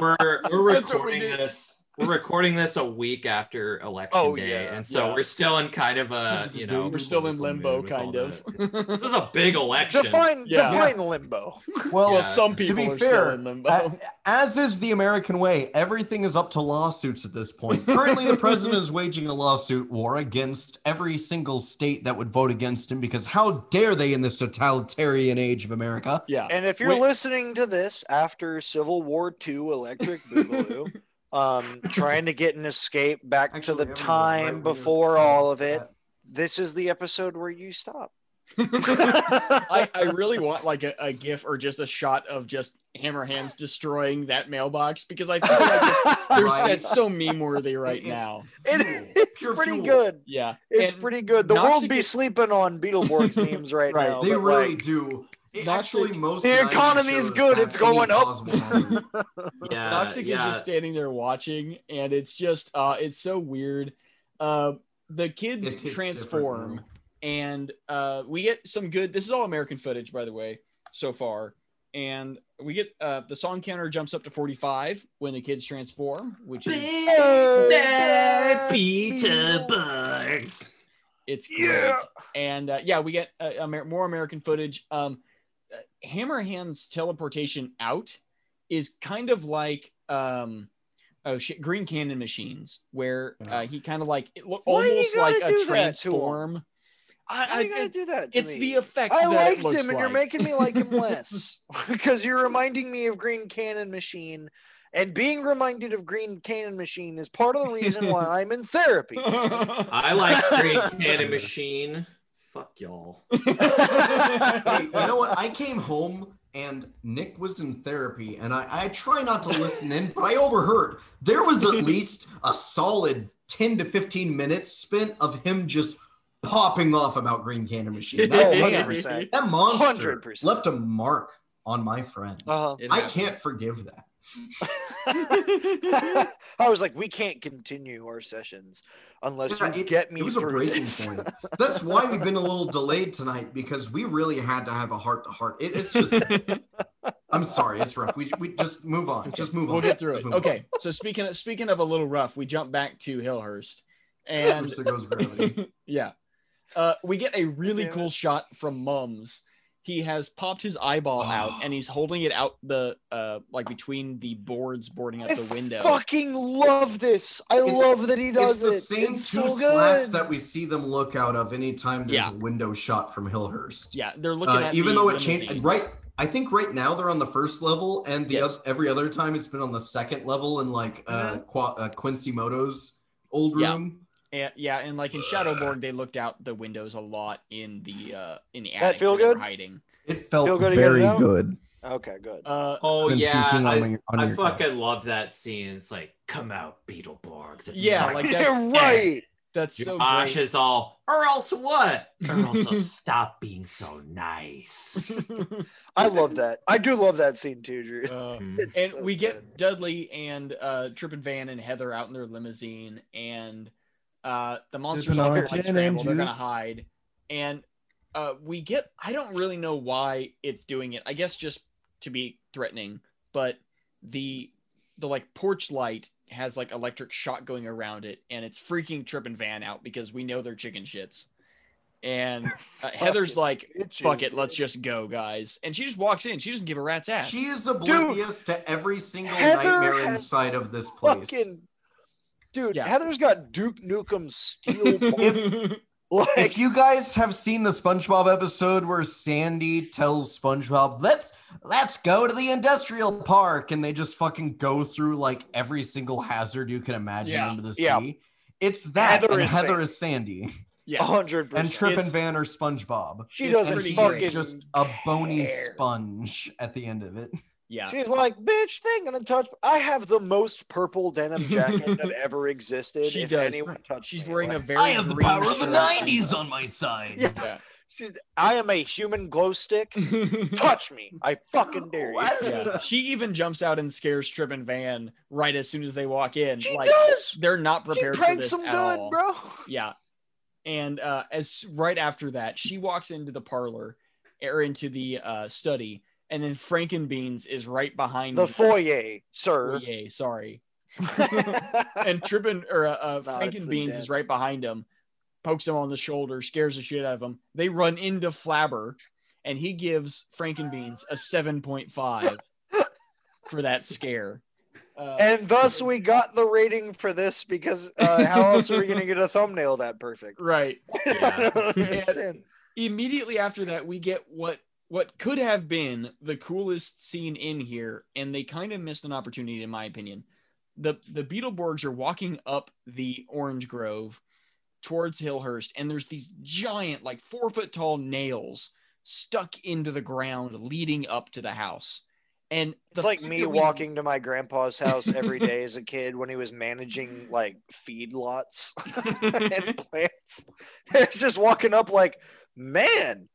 Speaker 4: We're we're
Speaker 2: That's what we
Speaker 4: recording
Speaker 2: did.
Speaker 4: this. We're recording this a week after election
Speaker 1: Oh,
Speaker 4: day,
Speaker 1: yeah.
Speaker 4: and so
Speaker 2: Yeah.
Speaker 4: we're still in kind of a you know
Speaker 2: We're still in
Speaker 4: political
Speaker 2: limbo,
Speaker 4: mood with all
Speaker 2: kind of.
Speaker 4: that. This is a big election.
Speaker 1: define
Speaker 2: Yeah.
Speaker 1: define limbo.
Speaker 3: Well,
Speaker 2: well,
Speaker 4: Yeah.
Speaker 2: some
Speaker 3: to
Speaker 2: people
Speaker 3: be
Speaker 2: are
Speaker 3: fair,
Speaker 2: still in limbo.
Speaker 3: a- as is the American way, everything is up to lawsuits at this point. Currently, the president is waging a lawsuit war against every single state that would vote against him because how dare they in this totalitarian age of America?
Speaker 2: yeah.
Speaker 1: And if you're
Speaker 2: Wait.
Speaker 1: listening to this after Civil War II Electric Boogaloo, um, trying to get an escape back to the
Speaker 3: Actually, everyone, right
Speaker 1: time
Speaker 3: when he was
Speaker 1: before
Speaker 3: talking
Speaker 1: all
Speaker 3: about
Speaker 1: of it,
Speaker 3: that.
Speaker 1: this is the episode where you stop.
Speaker 2: I, I really want like a, a gif or just a shot of just Hammer Hands destroying that mailbox because I feel like there's
Speaker 3: Right.
Speaker 2: that's so meme worthy right
Speaker 3: It's-
Speaker 2: now.
Speaker 1: It- it's
Speaker 3: Pure
Speaker 1: pretty
Speaker 3: fuel.
Speaker 1: good.
Speaker 2: Yeah.
Speaker 1: It's
Speaker 2: And
Speaker 1: pretty good. The
Speaker 2: not to
Speaker 1: world be
Speaker 2: get-
Speaker 1: sleeping on Beetleborgs memes right,
Speaker 2: Right,
Speaker 1: now.
Speaker 3: they
Speaker 1: but,
Speaker 3: really
Speaker 1: like,
Speaker 3: do. It
Speaker 2: Not
Speaker 3: actually,
Speaker 2: sick.
Speaker 3: most
Speaker 1: The
Speaker 3: 90s
Speaker 1: economy's
Speaker 3: shows
Speaker 1: good,
Speaker 3: have
Speaker 1: it's going
Speaker 3: any
Speaker 1: up.
Speaker 3: plausible moment.
Speaker 4: Yeah,
Speaker 2: Toxic
Speaker 4: yeah.
Speaker 2: is just standing there watching, and it's just uh, it's so weird. Uh, the
Speaker 3: It
Speaker 2: kids
Speaker 3: hits different
Speaker 2: transform,
Speaker 3: now.
Speaker 2: and uh, we get some good. This is all American footage, by the way, so far. And we get uh, the song counter jumps up to 45 when the kids transform, which is
Speaker 1: Bad
Speaker 4: Peter
Speaker 1: Beetle-
Speaker 4: Bugs.
Speaker 2: it's great.
Speaker 1: Yeah.
Speaker 2: And uh, yeah, we get uh, Amer- more American footage. Um, uh, Hammerhand's teleportation out is kind of like um, oh shit, Green Cannon Machines, where uh, he kind of like it look
Speaker 1: Why do you
Speaker 2: almost
Speaker 1: gotta do
Speaker 2: like a
Speaker 1: that to him?
Speaker 2: transform.
Speaker 1: Why you
Speaker 2: I,
Speaker 1: gotta
Speaker 2: I,
Speaker 1: do that to
Speaker 2: it's
Speaker 1: me?
Speaker 2: the effect.
Speaker 1: I
Speaker 2: that it
Speaker 1: liked
Speaker 2: looks
Speaker 1: him, and you're
Speaker 2: like.
Speaker 1: making me like him less because you're reminding me of Green Cannon Machine, and being reminded of Green Cannon Machine is part of the reason why I'm in therapy.
Speaker 4: I like Green Cannon Machine. Fuck y'all.
Speaker 3: Hey, you know what? I came home and Nick was in therapy, and I, I try not to listen in, but I overheard there was at least a solid 10 to 15 minutes spent of him just popping off about Green Cannon Machine. That,
Speaker 1: Oh,
Speaker 3: man,
Speaker 1: 100%.
Speaker 3: that monster
Speaker 1: 100%.
Speaker 3: left a mark on my friend.
Speaker 1: Uh-huh.
Speaker 2: It
Speaker 3: I
Speaker 2: happened.
Speaker 3: can't forgive that.
Speaker 1: I was like, we can't continue our sessions unless
Speaker 3: Yeah,
Speaker 1: you get me
Speaker 3: it was a
Speaker 1: through
Speaker 3: breaking
Speaker 1: this.
Speaker 3: point. That's why we've been a little delayed tonight because we really had to have a heart to heart. It's just, I'm sorry, it's rough. We, we just move on. Just move on.
Speaker 2: We'll get through it.
Speaker 3: Just move on.
Speaker 2: Okay, so speaking of, speaking of a little rough, we jump back to Hillhurst, and
Speaker 3: Oops, there goes gravity.
Speaker 2: yeah. Uh, we get a really
Speaker 1: Damn
Speaker 2: cool shot from Mums. He has popped his eyeball out and he's holding it out the uh like between the boards boarding up
Speaker 1: I
Speaker 2: the window.
Speaker 1: fucking love this. I
Speaker 3: It's-
Speaker 1: love that he
Speaker 3: It's
Speaker 1: does
Speaker 3: the
Speaker 1: it.
Speaker 3: same
Speaker 1: it's
Speaker 3: two
Speaker 1: so
Speaker 3: slats
Speaker 1: good.
Speaker 3: that we see them look out of anytime there's
Speaker 2: Yeah.
Speaker 3: a window shot from Hillhurst.
Speaker 2: Yeah, they're looking
Speaker 3: Uh,
Speaker 2: at
Speaker 3: even
Speaker 2: the
Speaker 3: though it changed,
Speaker 2: limousine.
Speaker 3: right? I think right now they're on the first level, and the
Speaker 2: Yes.
Speaker 3: oth- every other time it's been on the second level in like
Speaker 1: Uh-huh.
Speaker 3: uh, Qua- uh, Quincy Moto's old
Speaker 2: Yeah.
Speaker 3: room.
Speaker 2: And- yeah, and like in Shadowborn, they looked out the windows a lot in the uh in the
Speaker 1: That
Speaker 2: attic
Speaker 1: feel
Speaker 2: where they were
Speaker 1: good?
Speaker 2: hiding.
Speaker 3: It felt
Speaker 1: Feel good to get it
Speaker 3: very
Speaker 1: out?
Speaker 3: good.
Speaker 1: Okay, good.
Speaker 2: Uh
Speaker 4: Oh
Speaker 3: Than
Speaker 4: yeah,
Speaker 3: puking on
Speaker 4: I,
Speaker 3: your- on
Speaker 4: I
Speaker 3: your-
Speaker 4: fucking love that scene. It's like, come out, Beetleborgs.
Speaker 2: Yeah, like that's-
Speaker 1: Yeah, right.
Speaker 2: that's so
Speaker 4: Josh
Speaker 2: great.
Speaker 4: is all, or else what? Or else I'll stop being so nice.
Speaker 1: I love that. I do love that scene too, Drew.
Speaker 2: Uh,
Speaker 4: Mhm.
Speaker 1: It's
Speaker 2: and
Speaker 1: so
Speaker 2: we get
Speaker 1: good.
Speaker 2: Dudley and uh Trippin Van and Heather out in their limousine and uh the monsters
Speaker 10: Trippin'
Speaker 2: are
Speaker 10: on
Speaker 2: gonna,
Speaker 10: gin
Speaker 2: like
Speaker 10: and
Speaker 2: scramble, they're gonna
Speaker 10: juice.
Speaker 2: hide. And uh we get I don't really know why it's doing it. I guess just to be threatening, but the the like porch light has like electric shock going around it and it's freaking Trippin Van out because we know they're chicken shits. And uh, Heather's
Speaker 1: Fucking
Speaker 2: like,
Speaker 1: bitches,
Speaker 2: fuck it, let's
Speaker 1: dude.
Speaker 2: just go, guys. And she just walks in. She doesn't give a rat's ass.
Speaker 3: She is oblivious to every single
Speaker 1: Heather
Speaker 3: nightmare
Speaker 1: has
Speaker 3: inside of this place.
Speaker 1: Fucking dude,
Speaker 2: Yeah.
Speaker 1: Heather's got Duke Nukem steel. ball-
Speaker 2: If-
Speaker 1: like,
Speaker 3: If you guys have seen the SpongeBob episode where Sandy tells SpongeBob, "Let's let's go to the industrial park," and they just fucking go through like every single hazard you can imagine
Speaker 2: Yeah.
Speaker 3: under the sea,
Speaker 1: Yeah.
Speaker 3: it's that
Speaker 1: Heather
Speaker 3: and
Speaker 1: is
Speaker 3: Heather
Speaker 1: Sandy.
Speaker 3: is Sandy
Speaker 2: yeah.
Speaker 1: hundred
Speaker 3: and
Speaker 1: percent.
Speaker 3: Trip
Speaker 2: It's-
Speaker 3: and Van are SpongeBob.
Speaker 1: She
Speaker 2: it's
Speaker 1: doesn't
Speaker 3: And
Speaker 2: pretty
Speaker 3: he's
Speaker 1: fucking.
Speaker 2: great.
Speaker 3: just a bony
Speaker 1: care.
Speaker 3: sponge at the end of it.
Speaker 2: yeah.
Speaker 1: She's like, bitch, they ain't gonna touch. I have the most purple denim jacket that ever existed.
Speaker 2: She
Speaker 1: if
Speaker 2: does.
Speaker 1: anyone touched
Speaker 2: She's
Speaker 1: me."
Speaker 2: wearing a
Speaker 1: Like,
Speaker 2: very. green shirt.
Speaker 3: on my side.
Speaker 1: Yeah.
Speaker 2: Yeah.
Speaker 1: she's- I am a human glow stick. touch me. I fucking dare you.
Speaker 2: Yeah. She even jumps out and scares Trip and Van right as soon as they walk in.
Speaker 1: She
Speaker 2: like
Speaker 1: does.
Speaker 2: they're not
Speaker 1: She
Speaker 2: prepared for
Speaker 1: pranks
Speaker 2: this
Speaker 1: him
Speaker 2: at
Speaker 1: good,
Speaker 2: all.
Speaker 1: bro.
Speaker 2: Yeah. And uh, as right after that, she walks into the parlor or into the uh, study, and then Frankenbeans is right behind
Speaker 1: The
Speaker 2: them.
Speaker 1: foyer, sir.
Speaker 2: Foyer, sorry. and Trippin or uh, uh,
Speaker 1: No,
Speaker 2: Frank
Speaker 1: Oh, it's
Speaker 2: and
Speaker 1: the
Speaker 2: Beans
Speaker 1: dad.
Speaker 2: is right behind him, pokes him on the shoulder, scares the shit out of him. They run into Flabber, and he gives Frank and Beans a seven point five for that scare. Uh,
Speaker 1: and thus we got the rating for this because uh, how else are we going to get a thumbnail that perfect?
Speaker 2: right.
Speaker 1: I
Speaker 4: Yeah.
Speaker 1: don't understand.
Speaker 2: Immediately after that, we get what what could have been the coolest scene in here, and they kind of missed an opportunity, in my opinion. The the Beetleborgs are walking up the orange grove towards Hillhurst, and there's these giant, like four foot tall nails stuck into the ground leading up to the house. And the
Speaker 1: It's like
Speaker 2: fact
Speaker 1: me
Speaker 2: that we-
Speaker 1: walking to my grandpa's house every day as a kid when he was managing like feedlots and plants. It's just walking up like, man,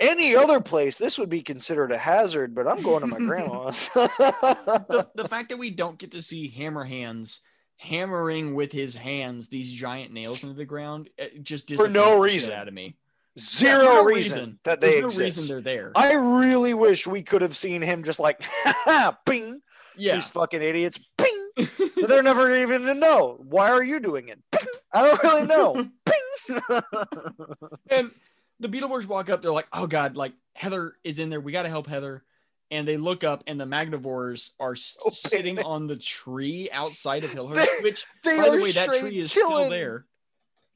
Speaker 1: any other place this would be considered a hazard, but I'm going to my grandma's.
Speaker 2: the, the fact that we don't get to see hammer hands hammering with his hands these giant nails into the ground it just
Speaker 1: For no
Speaker 2: disappoints the shit
Speaker 1: reason.
Speaker 2: out of me.
Speaker 1: Zero
Speaker 2: no
Speaker 1: reason,
Speaker 2: reason.
Speaker 1: that
Speaker 2: There's
Speaker 1: they
Speaker 2: no
Speaker 1: exist.
Speaker 2: reason they're there.
Speaker 1: I really wish we could have seen him just like, ping,
Speaker 2: yeah,
Speaker 1: these fucking idiots, ping. But they're never even to know. Why are you doing it? Ping. I don't really know.
Speaker 2: and the Beetleborgs walk up. They're like, "Oh God!" Like Heather is in there. We got to help Heather. And they look up, and the Magnivores are s-
Speaker 1: Oh, man.
Speaker 2: sitting on the tree outside of Hillhurst.
Speaker 1: They-
Speaker 2: Which,
Speaker 1: They
Speaker 2: by
Speaker 1: are
Speaker 2: the way, that
Speaker 1: straight
Speaker 2: tree is
Speaker 1: chilling.
Speaker 2: still there.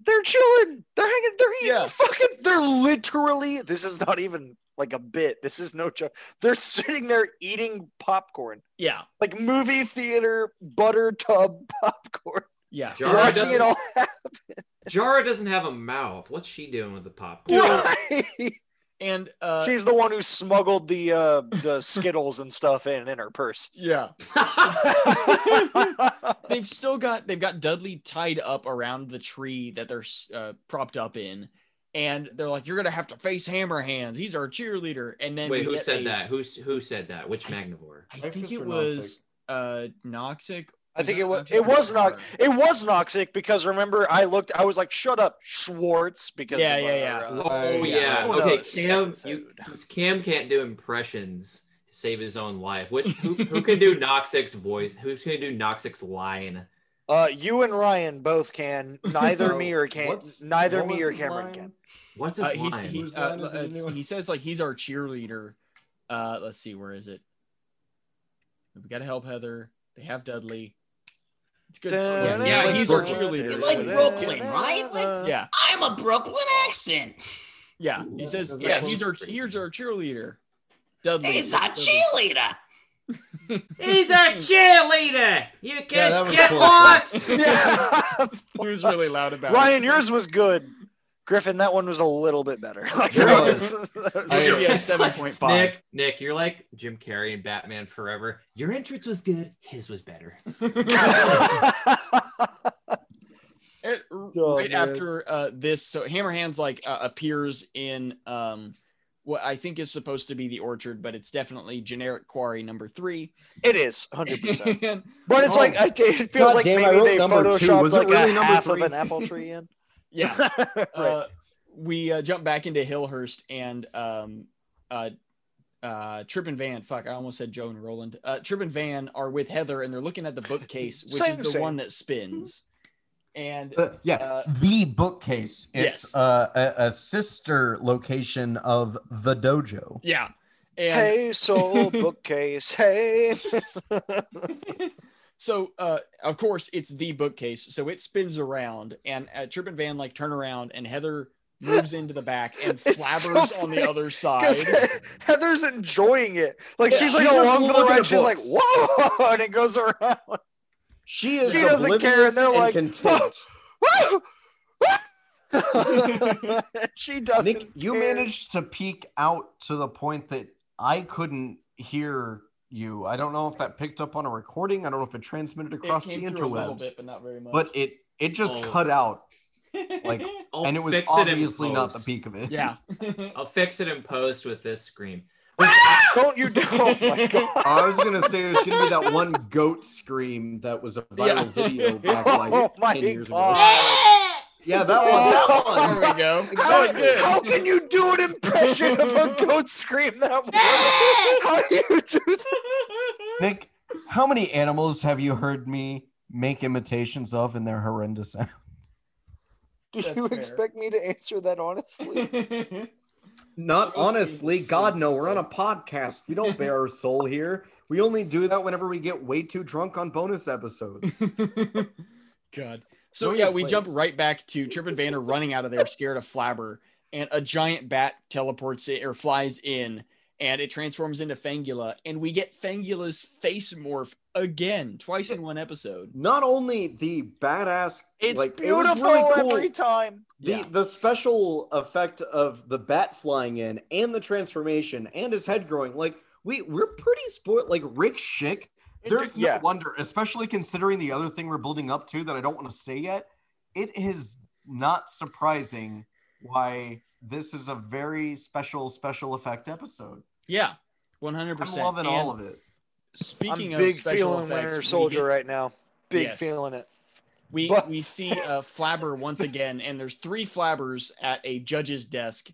Speaker 1: They're chilling. They're hanging. They're eating
Speaker 2: Yeah.
Speaker 1: fucking. They're literally. This is not even like a bit. This is no joke. They're sitting there eating popcorn,
Speaker 2: Yeah,
Speaker 1: like movie theater butter tub popcorn,
Speaker 2: yeah.
Speaker 4: Jar
Speaker 1: watching
Speaker 4: doesn't-
Speaker 1: it all.
Speaker 4: Jara doesn't have a mouth. What's she doing with the popcorn?
Speaker 1: Right.
Speaker 2: And uh,
Speaker 1: She's the one who smuggled the uh, the Skittles and stuff in in her purse.
Speaker 2: yeah, they've still got they've got Dudley tied up around the tree that they're uh, propped up in, and they're like, "You're gonna have to face Hammer Hands. He's our cheerleader." And then
Speaker 4: Wait,
Speaker 2: we
Speaker 4: who
Speaker 2: get
Speaker 4: said
Speaker 2: a-
Speaker 4: that? Who who said that? Which Magnivore?
Speaker 2: I
Speaker 3: Breakfast
Speaker 2: think it
Speaker 3: or
Speaker 2: was uh Noxic.
Speaker 1: I think
Speaker 2: that
Speaker 1: it was
Speaker 2: Noxic?
Speaker 1: it was
Speaker 2: I
Speaker 1: Nox
Speaker 2: can't
Speaker 1: it was Noxic because remember I looked I was like shut up Schwartz because
Speaker 2: Yeah,
Speaker 1: of
Speaker 2: yeah,
Speaker 1: our,
Speaker 2: yeah.
Speaker 1: uh,
Speaker 4: Oh yeah.
Speaker 1: Who
Speaker 4: Okay,
Speaker 1: knows?
Speaker 4: Cam. You, since Cam can't do impressions to save his own life, which who, who can do Noxic's voice? Who's gonna do Noxic's line?
Speaker 1: Uh, you and Ryan both can. Neither me or can.
Speaker 3: What's-
Speaker 1: Neither
Speaker 3: what
Speaker 1: me
Speaker 3: was
Speaker 1: or
Speaker 3: his
Speaker 1: Cameron
Speaker 3: line?
Speaker 1: can.
Speaker 4: What's his
Speaker 2: remember. Uh,
Speaker 4: line?
Speaker 2: he's- he,
Speaker 3: Whose
Speaker 2: uh,
Speaker 3: line is it
Speaker 2: let's-
Speaker 3: anyway?
Speaker 2: he says like he's our cheerleader. Uh, let's see, where is it? We gotta help Heather. They have Dudley. It's good.
Speaker 4: Yeah,
Speaker 2: yeah,
Speaker 4: like
Speaker 2: he's our
Speaker 4: Brooklyn.
Speaker 2: cheerleader.
Speaker 11: It's like Brooklyn, right? Like-
Speaker 2: Yeah,
Speaker 11: I'm a Brooklyn accent.
Speaker 2: yeah. He
Speaker 3: Yeah,
Speaker 2: says,
Speaker 3: that's
Speaker 2: "Yeah,
Speaker 3: close.
Speaker 2: here's our here's our cheerleader." Dudley.
Speaker 11: He's a
Speaker 2: Dudley.
Speaker 11: cheerleader.
Speaker 4: He's a cheerleader. You
Speaker 3: that
Speaker 4: can't
Speaker 3: was
Speaker 4: get
Speaker 3: close.
Speaker 4: lost.
Speaker 1: Yeah.
Speaker 2: He was really loud about it.
Speaker 1: Ryan, yours was good. Griffin, that one was a little bit better. Like,
Speaker 3: Yeah.
Speaker 1: that was- that was-
Speaker 2: I'll give you a
Speaker 4: It's
Speaker 2: seven point five.
Speaker 4: Nick, Nick, you're like Jim Carrey in Batman Forever. Your entrance was good. His was better.
Speaker 2: It-
Speaker 1: Oh,
Speaker 2: right after uh, this, so Hammerhand's like uh, appears in um, what I think is supposed to be the orchard, but it's definitely generic quarry number three.
Speaker 1: it is hundred percent,
Speaker 2: And-
Speaker 1: but it's
Speaker 3: Oh.
Speaker 1: like I, it feels
Speaker 3: God
Speaker 1: like
Speaker 3: damn, I
Speaker 1: maybe
Speaker 3: wrote
Speaker 1: they
Speaker 3: number two.
Speaker 1: photoshopped
Speaker 3: Was it
Speaker 1: like
Speaker 3: really
Speaker 1: a
Speaker 3: number
Speaker 1: half of
Speaker 3: three?
Speaker 1: an apple tree in.
Speaker 2: yeah,
Speaker 1: right.
Speaker 2: uh, we uh, jump back into Hillhurst and um, uh, uh, Trip and Van. Fuck, I almost said Joe and Roland. Uh, Trip and Van are with Heather, and they're looking at the bookcase, which
Speaker 1: Same,
Speaker 2: is the
Speaker 1: same.
Speaker 2: one that spins. And
Speaker 5: Uh, yeah,
Speaker 2: uh,
Speaker 5: the bookcase. It's
Speaker 2: Yes.
Speaker 5: uh, a, a sister location of the dojo.
Speaker 2: yeah, and
Speaker 1: hey, soul bookcase. Hey,
Speaker 2: so uh of course it's the bookcase so it spins around and uh, trip and van like turn around and heather moves into the back and
Speaker 1: It's so
Speaker 2: flabbers on
Speaker 1: funny,
Speaker 2: the other side
Speaker 1: Because Heather's enjoying it. Like
Speaker 2: Yeah,
Speaker 1: she's like
Speaker 2: she's just
Speaker 1: along for the
Speaker 3: looking
Speaker 1: ride.
Speaker 3: at
Speaker 1: She's like,
Speaker 3: books.
Speaker 1: whoa, and it goes around.
Speaker 3: She is
Speaker 1: She doesn't care, and they're
Speaker 3: oblivious
Speaker 1: like,
Speaker 3: content.
Speaker 1: Woo! Woo!" she doesn't.
Speaker 5: Nick, you
Speaker 1: care.
Speaker 5: managed to peek out to the point that I couldn't hear you. I don't know if that picked up on a recording. I don't know if it transmitted across the
Speaker 2: through a little
Speaker 5: interwebs,
Speaker 2: bit but not very much
Speaker 5: but it it just
Speaker 4: Oh.
Speaker 5: cut out, like,
Speaker 4: I'll
Speaker 5: and it was
Speaker 4: fix in
Speaker 5: obviously not the
Speaker 4: post.
Speaker 5: peak of it.
Speaker 2: yeah
Speaker 4: I'll fix it in post with this scream.
Speaker 1: don't you? Oh my god!
Speaker 3: I was gonna say there's gonna be that one goat scream that was a viral
Speaker 2: Yeah.
Speaker 3: video back like
Speaker 1: Oh my
Speaker 3: 10 years ago.
Speaker 1: god!
Speaker 3: Yeah, that one. That one.
Speaker 2: there we go
Speaker 1: How,
Speaker 2: That was good.
Speaker 1: how can you do an impression of a goat scream that way? How do you do that?
Speaker 5: Nick, how many animals have you heard me make imitations of and their horrendous sound?
Speaker 1: Do
Speaker 2: That's
Speaker 1: you
Speaker 2: fair.
Speaker 1: expect me to answer that honestly?
Speaker 3: Not
Speaker 2: We'll see,
Speaker 3: honestly,
Speaker 2: we'll see.
Speaker 3: God no, we're on a podcast. We don't bare our soul here. We only do that whenever we get way too drunk on bonus episodes.
Speaker 2: God. So
Speaker 3: Know
Speaker 2: yeah,
Speaker 3: your
Speaker 2: we jump
Speaker 3: place.
Speaker 2: right back to Trip and Van are running out of there, scared of Flabber, and a giant bat teleports it or flies in, and it transforms into Fangula, and we get Fangula's face morph again, twice in one episode.
Speaker 3: Not only the badass,
Speaker 1: It's
Speaker 3: like, it was
Speaker 1: beautiful
Speaker 3: really cool.
Speaker 1: every time.
Speaker 3: The
Speaker 2: Yeah.
Speaker 3: the special effect of the bat flying in and the transformation and his head growing like we we're pretty spoiled like Rick Schick.
Speaker 5: There's no
Speaker 1: yeah.
Speaker 5: wonder, especially considering the other thing we're building up to that I don't want to say yet. It is not surprising why this is a very special special effect episode.
Speaker 2: Yeah, one hundred
Speaker 5: I'm
Speaker 2: percent.
Speaker 5: loving all of it.
Speaker 2: Speaking
Speaker 1: I'm
Speaker 2: of
Speaker 1: big
Speaker 2: special
Speaker 1: feeling
Speaker 2: effects,
Speaker 1: Winter
Speaker 2: we
Speaker 1: Soldier
Speaker 2: get-
Speaker 1: right now. Big
Speaker 2: Yes.
Speaker 1: feeling it.
Speaker 2: We
Speaker 1: But-
Speaker 2: we see uh, Flabber once again, and there's three Flabbers at a judge's desk,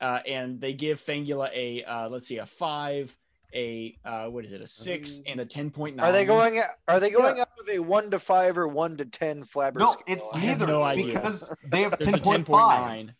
Speaker 2: uh, and they give Fangula a uh, let's see a five, a uh, what is it a six, and a ten point nine.
Speaker 1: Are they going? Are they going out of a one to five or one to ten flabber?
Speaker 5: No,
Speaker 1: scale?
Speaker 5: it's
Speaker 1: I
Speaker 2: have
Speaker 5: neither
Speaker 2: no idea.
Speaker 5: because they have
Speaker 2: There's a
Speaker 5: ten
Speaker 2: ten
Speaker 5: point
Speaker 2: point
Speaker 5: five.
Speaker 2: nine.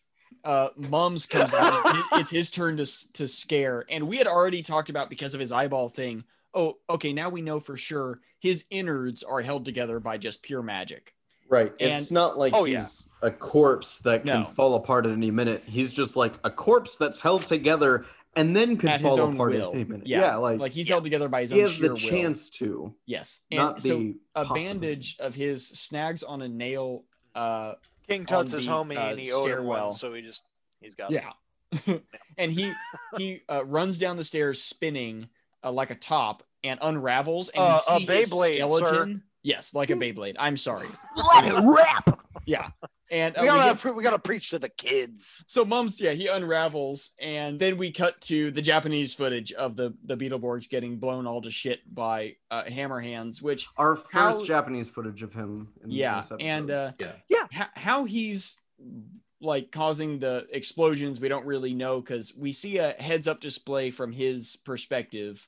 Speaker 2: Uh, Mums comes out. It's his- It's his turn to s- to scare, and we had already talked about because of his eyeball thing. Oh, okay. Now we know for sure his innards are held together by just pure magic.
Speaker 3: Right.
Speaker 2: It's
Speaker 3: it's not like
Speaker 1: Oh,
Speaker 3: he's a corpse that
Speaker 2: No.
Speaker 3: can fall apart at any minute. He's just like a corpse that's held together and then can
Speaker 2: At his
Speaker 3: fall
Speaker 2: own
Speaker 3: apart
Speaker 2: will.
Speaker 3: at any minute.
Speaker 2: Yeah,
Speaker 3: Yeah, like,
Speaker 2: Like he's held together by his
Speaker 3: he
Speaker 2: own
Speaker 3: has
Speaker 2: sheer
Speaker 3: the
Speaker 2: will.
Speaker 3: chance to,
Speaker 2: Yes,
Speaker 3: not
Speaker 2: and so
Speaker 3: the
Speaker 2: a
Speaker 3: possibility.
Speaker 2: bandage of his snags on a nail. Uh,
Speaker 1: King Tut's
Speaker 2: on
Speaker 1: his
Speaker 2: the,
Speaker 1: homie
Speaker 2: uh,
Speaker 1: and he owed her
Speaker 2: stairwell.
Speaker 1: one, so he just he's got it.
Speaker 2: and he he uh, runs down the stairs spinning uh, like a top and unravels and
Speaker 1: Uh,
Speaker 2: you
Speaker 1: a
Speaker 2: see his
Speaker 1: Beyblade, sir.
Speaker 2: Yes, like a Beyblade. I'm sorry.
Speaker 11: Let it rip.
Speaker 2: Yeah, and uh,
Speaker 1: we
Speaker 2: we
Speaker 1: gotta
Speaker 2: get-
Speaker 1: pre- we gotta preach to the kids.
Speaker 2: so Mums, yeah, he unravels, and then we cut to the Japanese footage of the the Beetleborgs getting blown all to shit by uh, Hammer Hands, which
Speaker 3: Our first
Speaker 2: How-
Speaker 3: Japanese footage of him. In
Speaker 2: yeah,
Speaker 3: this episode.
Speaker 2: and uh,
Speaker 4: Yeah.
Speaker 3: Yeah.
Speaker 2: ho- how he's like causing the explosions we don't really know because we see a heads up display from his perspective,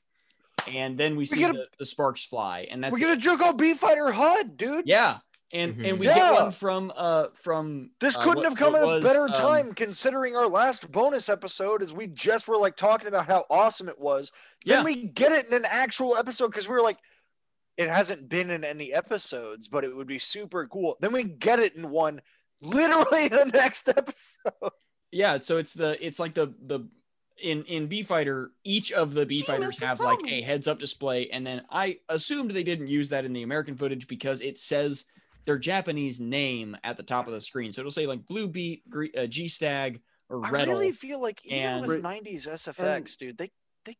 Speaker 2: and then we, see
Speaker 1: get a-
Speaker 2: the, the sparks fly, and that's
Speaker 1: We're
Speaker 2: it.
Speaker 1: gonna juke out B Fighter HUD, dude.
Speaker 2: yeah, and and
Speaker 4: Mhm.
Speaker 2: we
Speaker 1: Yeah.
Speaker 2: get one from uh from
Speaker 1: This
Speaker 2: uh,
Speaker 1: couldn't
Speaker 2: what-
Speaker 1: have come
Speaker 2: what
Speaker 1: at a
Speaker 2: was,
Speaker 1: better
Speaker 2: um,
Speaker 1: time considering our last bonus episode is we just were like talking about how awesome it was. Then
Speaker 2: Yeah.
Speaker 1: we get it in an actual episode because we were like, it hasn't been in any episodes, but it would be super cool. Then we get it in one literally the next episode.
Speaker 2: yeah so it's the it's like the the in in b fighter each of the b fighters have like a heads up display and then i assumed they didn't use that in the american footage because it says their japanese name at the top of the screen so it'll say like blue beat Gre- uh, g stag or
Speaker 1: I
Speaker 2: red
Speaker 1: really feel like even
Speaker 2: and-
Speaker 1: with 90s SFX, dude, they they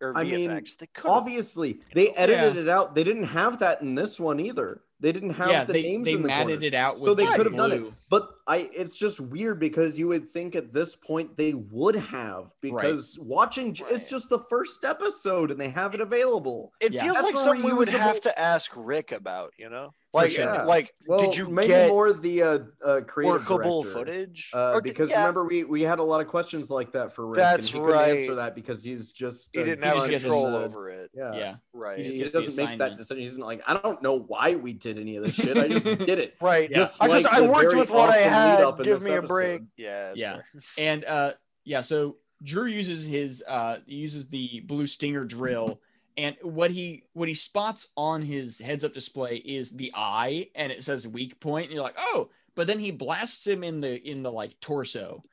Speaker 1: or VFX,
Speaker 3: I mean,
Speaker 1: they could have
Speaker 3: obviously they edited it out. They didn't have that in this one either. They didn't have
Speaker 2: yeah
Speaker 3: the
Speaker 2: they,
Speaker 3: names
Speaker 2: they
Speaker 3: in the
Speaker 2: matted
Speaker 3: corners.
Speaker 2: it out with
Speaker 3: so they
Speaker 2: like
Speaker 3: could have done it.
Speaker 2: blue.
Speaker 3: But I, it's just weird because you would think at this point they would have because watching j it's
Speaker 1: Right.
Speaker 3: just the first episode and they have it available.
Speaker 1: It
Speaker 2: Yeah.
Speaker 1: feels
Speaker 3: That's
Speaker 1: like
Speaker 3: a
Speaker 1: something we would
Speaker 3: reusable-
Speaker 1: have to ask Rick about, you know? Like,
Speaker 2: sure.
Speaker 1: uh, like,
Speaker 3: Well,
Speaker 1: did you
Speaker 3: maybe
Speaker 1: get
Speaker 3: more the uh, uh, creative
Speaker 1: workable
Speaker 3: director,
Speaker 1: footage?
Speaker 3: Uh,
Speaker 1: Or did-
Speaker 3: because
Speaker 1: yeah,
Speaker 3: remember we we had a lot of questions like that for Rick.
Speaker 1: That's
Speaker 3: and he couldn't
Speaker 1: right.
Speaker 3: Answer that because he's just
Speaker 1: he
Speaker 3: a
Speaker 1: didn't
Speaker 2: he
Speaker 1: have
Speaker 2: just gets
Speaker 1: control
Speaker 3: uh,
Speaker 1: over it,
Speaker 3: Yeah.
Speaker 2: yeah
Speaker 1: right?
Speaker 2: just
Speaker 3: He,
Speaker 2: gets the
Speaker 3: doesn't make
Speaker 2: assignment.
Speaker 3: that decision. He's not like, I don't know why we did any of this shit. I just did it.
Speaker 1: Right.
Speaker 2: Yeah.
Speaker 1: I just
Speaker 3: like
Speaker 1: I
Speaker 3: the
Speaker 1: worked
Speaker 3: very
Speaker 1: with what I
Speaker 3: awesome lead
Speaker 1: had.
Speaker 3: up in
Speaker 1: Give
Speaker 3: this
Speaker 1: me a break.
Speaker 3: episode.
Speaker 1: Yeah. that's
Speaker 2: Yeah.
Speaker 1: fair.
Speaker 2: and uh yeah so drew uses his uh he uses the blue stinger drill and what he what he spots on his heads up display is the eye and it says weak point and you're like oh but then he blasts him in the in the like torso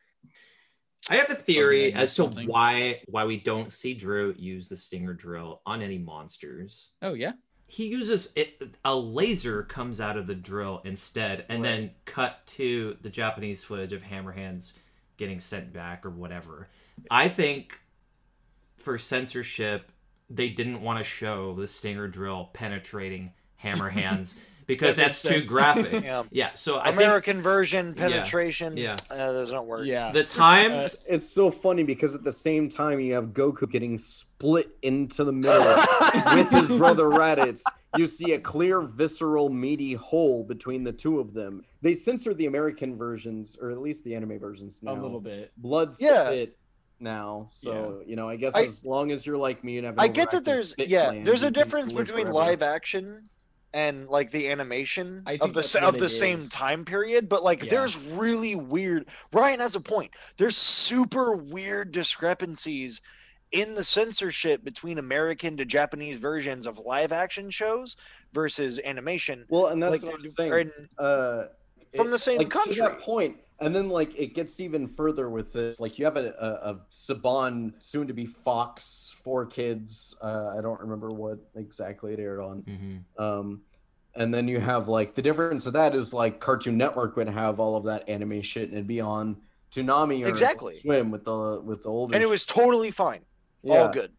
Speaker 4: I have a theory
Speaker 2: Okay,
Speaker 4: as to
Speaker 2: something.
Speaker 4: why why we don't see Drew use the stinger drill on any monsters.
Speaker 2: oh yeah
Speaker 4: He uses it a laser comes out of the drill instead and then cut to the Japanese footage of Hammer Hands getting sent back or whatever. I think for censorship they didn't want to show the stinger drill penetrating Hammer Hands because
Speaker 2: That
Speaker 4: that's
Speaker 2: makes
Speaker 4: too
Speaker 2: sense.
Speaker 4: graphic.
Speaker 1: Yeah.
Speaker 4: yeah, so I think
Speaker 1: American version
Speaker 4: Yeah.
Speaker 1: penetration.
Speaker 4: Yeah.
Speaker 1: Uh, those don't work.
Speaker 2: yeah
Speaker 4: the
Speaker 2: Uh,
Speaker 4: times
Speaker 3: It's so funny because at the same time you have Goku getting split into the middle with his brother Raditz. You see a clear, visceral, meaty hole between the two of them. They censor the American versions, or at least the anime versions
Speaker 2: a
Speaker 3: now.
Speaker 2: little bit
Speaker 3: Blood
Speaker 1: Yeah.
Speaker 3: spit now. So you know, I guess
Speaker 1: I-
Speaker 3: as long as you're like me and have,
Speaker 1: I
Speaker 3: an
Speaker 1: get that
Speaker 3: overactive
Speaker 1: there's
Speaker 3: spit
Speaker 1: yeah,
Speaker 3: gland,
Speaker 1: there's
Speaker 3: you
Speaker 1: a
Speaker 3: can
Speaker 1: difference
Speaker 3: live
Speaker 1: between
Speaker 3: forever.
Speaker 1: live action and like the animation
Speaker 2: I think
Speaker 1: of the
Speaker 2: that's
Speaker 1: sa-
Speaker 2: what
Speaker 1: of the
Speaker 2: it
Speaker 1: same
Speaker 2: is.
Speaker 1: time period, but like
Speaker 2: Yeah.
Speaker 1: there's really weird. Ryan has a point. There's super weird discrepancies in the censorship between American to Japanese versions of live action shows versus animation.
Speaker 3: Well, and
Speaker 1: like
Speaker 3: that's what I'm
Speaker 1: dude,
Speaker 3: saying.
Speaker 1: and
Speaker 3: uh,
Speaker 1: From
Speaker 3: it-
Speaker 1: the same
Speaker 3: like, To
Speaker 1: country.
Speaker 3: that point, And then like it gets even further with this. Like you have a, a, a Saban soon to be Fox for kids. Uh, I don't remember what exactly it aired on.
Speaker 4: hmm
Speaker 3: Um, and then you have like the difference of that is like Cartoon Network would have all of that anime shit and it'd be on Toonami or Adult
Speaker 1: Exactly.
Speaker 3: Swim with the with the older
Speaker 1: and it was totally fine, all
Speaker 3: Yeah,
Speaker 1: good.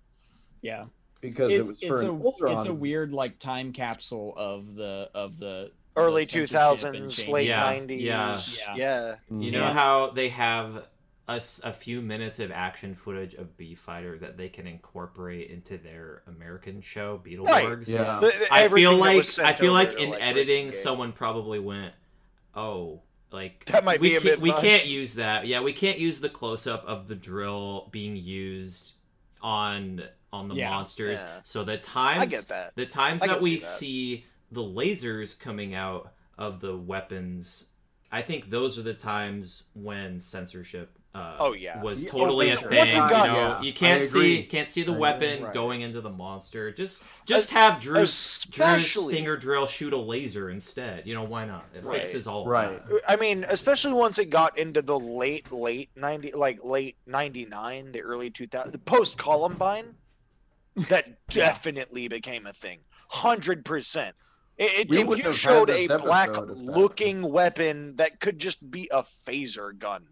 Speaker 2: Yeah.
Speaker 3: because it,
Speaker 2: It-
Speaker 3: was
Speaker 2: it's
Speaker 3: for
Speaker 2: a,
Speaker 3: an older
Speaker 2: it's a
Speaker 3: audience.
Speaker 2: weird like time capsule of the of the
Speaker 1: Early
Speaker 2: the censorship
Speaker 1: two
Speaker 2: and
Speaker 1: thousands,
Speaker 2: change.
Speaker 1: late
Speaker 4: Yeah,
Speaker 1: nineties.
Speaker 4: yeah.
Speaker 2: Yeah.
Speaker 3: Mm-hmm.
Speaker 4: You know
Speaker 2: Yeah.
Speaker 4: how they have a, s- a few minutes of action footage of Bee Fighter that they can incorporate into their American show Beetleborgs.
Speaker 3: Yeah.
Speaker 1: The- the-
Speaker 4: I
Speaker 1: everything
Speaker 4: feel
Speaker 1: that was
Speaker 4: like
Speaker 1: sent
Speaker 4: I feel
Speaker 1: over
Speaker 4: like
Speaker 1: to,
Speaker 4: in
Speaker 1: Rick
Speaker 4: editing,
Speaker 1: Game.
Speaker 4: someone probably went, "Oh, like
Speaker 1: That might
Speaker 4: we
Speaker 1: be a
Speaker 4: can't,
Speaker 1: bit
Speaker 4: we
Speaker 1: much."
Speaker 4: can't use that. Yeah, we can't use the close up of the drill being used on on the
Speaker 2: Yeah.
Speaker 4: monsters.
Speaker 1: Yeah.
Speaker 4: So the times
Speaker 1: I get that.
Speaker 4: the times
Speaker 1: I
Speaker 4: that
Speaker 1: can
Speaker 4: we see
Speaker 1: see
Speaker 4: the lasers coming out of the weapons, I think those are the times when censorship. Uh,
Speaker 1: Oh, yeah.
Speaker 4: was
Speaker 3: Yeah,
Speaker 4: totally
Speaker 1: oh,
Speaker 4: a
Speaker 1: for sure.
Speaker 4: thing.
Speaker 1: Once
Speaker 4: You
Speaker 1: you
Speaker 4: know,
Speaker 1: got-
Speaker 12: Yeah,
Speaker 4: you can't
Speaker 12: I
Speaker 4: see
Speaker 12: agree.
Speaker 4: can't see the
Speaker 3: I agree,
Speaker 4: weapon
Speaker 3: right.
Speaker 4: going into the monster. Just just have Drew Drew
Speaker 1: especially
Speaker 4: Stinger drill shoot a laser instead. You know why not? It
Speaker 1: Right.
Speaker 4: fixes all of
Speaker 3: Right.
Speaker 4: that.
Speaker 1: I mean, especially once it got into the late, late ninety, like late ninety nine, the early two thousand, post Columbine, that definitely became a thing, hundred percent. It, it,
Speaker 12: We
Speaker 1: if
Speaker 12: wouldn't
Speaker 1: you
Speaker 12: have had
Speaker 1: showed a
Speaker 12: this episode
Speaker 1: black
Speaker 12: if that-
Speaker 1: looking weapon that could just be a phaser gun,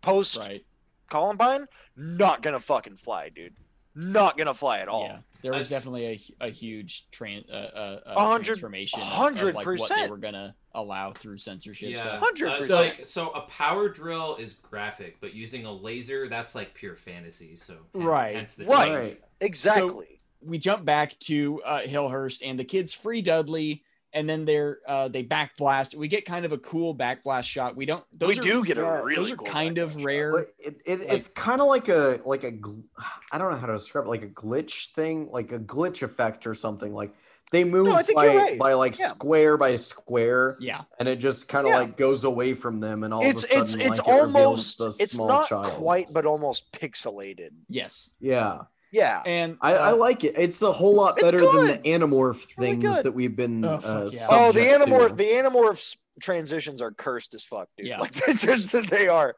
Speaker 1: post
Speaker 2: right
Speaker 1: Columbine, not gonna fucking fly, dude. Not gonna fly at all.
Speaker 2: yeah there was
Speaker 4: That's-
Speaker 2: definitely a, hu- a huge tran uh, uh,
Speaker 1: A
Speaker 2: uh,
Speaker 1: hundred-
Speaker 2: transformation of- of, like, what they
Speaker 1: 100%.
Speaker 2: were gonna allow through censorship
Speaker 4: Yeah,
Speaker 2: so.
Speaker 1: Hundred
Speaker 4: Uh, so,
Speaker 1: percent.
Speaker 4: like, so a power drill is graphic, but using a laser, that's like pure fantasy. So hence-
Speaker 2: Right.
Speaker 4: hence the
Speaker 1: Right.
Speaker 4: change.
Speaker 1: Exactly.
Speaker 2: we jump back to uh, Hillhurst and the kids free Dudley, and then they're uh, they backblast. We get kind of a cool backblast shot. We don't. Those
Speaker 1: we
Speaker 2: are,
Speaker 1: do get a
Speaker 12: yeah,
Speaker 1: really
Speaker 2: those are
Speaker 1: cool
Speaker 2: kind
Speaker 1: background
Speaker 2: of
Speaker 1: shot.
Speaker 2: rare.
Speaker 3: Like, it, it, it's kind of like a like a gl- I don't know how to describe it, like a glitch thing, like a glitch effect or something. Like they move
Speaker 1: I think
Speaker 3: by,
Speaker 1: you're right.
Speaker 3: by like
Speaker 1: Yeah.
Speaker 3: square by square,
Speaker 2: yeah,
Speaker 3: and it just kind of
Speaker 1: Yeah.
Speaker 3: like goes away from them, and all
Speaker 1: it's
Speaker 3: of a sudden,
Speaker 1: it's it's
Speaker 3: like, it reveals
Speaker 1: almost
Speaker 3: the
Speaker 1: it's
Speaker 3: small
Speaker 1: not
Speaker 3: child.
Speaker 1: quite but almost pixelated
Speaker 2: yes,
Speaker 3: yeah.
Speaker 1: yeah
Speaker 2: and
Speaker 3: I, I
Speaker 2: uh,
Speaker 3: like it. It's a whole lot
Speaker 1: It's
Speaker 3: better than
Speaker 1: good.
Speaker 3: the Animorph
Speaker 1: really
Speaker 3: things
Speaker 1: good.
Speaker 3: that we've been.
Speaker 2: Oh,
Speaker 3: uh,
Speaker 2: fuck yeah.
Speaker 1: oh the
Speaker 3: subject
Speaker 1: animorph
Speaker 3: to.
Speaker 1: the animorphs transitions are cursed as fuck dude
Speaker 2: Yeah.
Speaker 1: like that's just that they are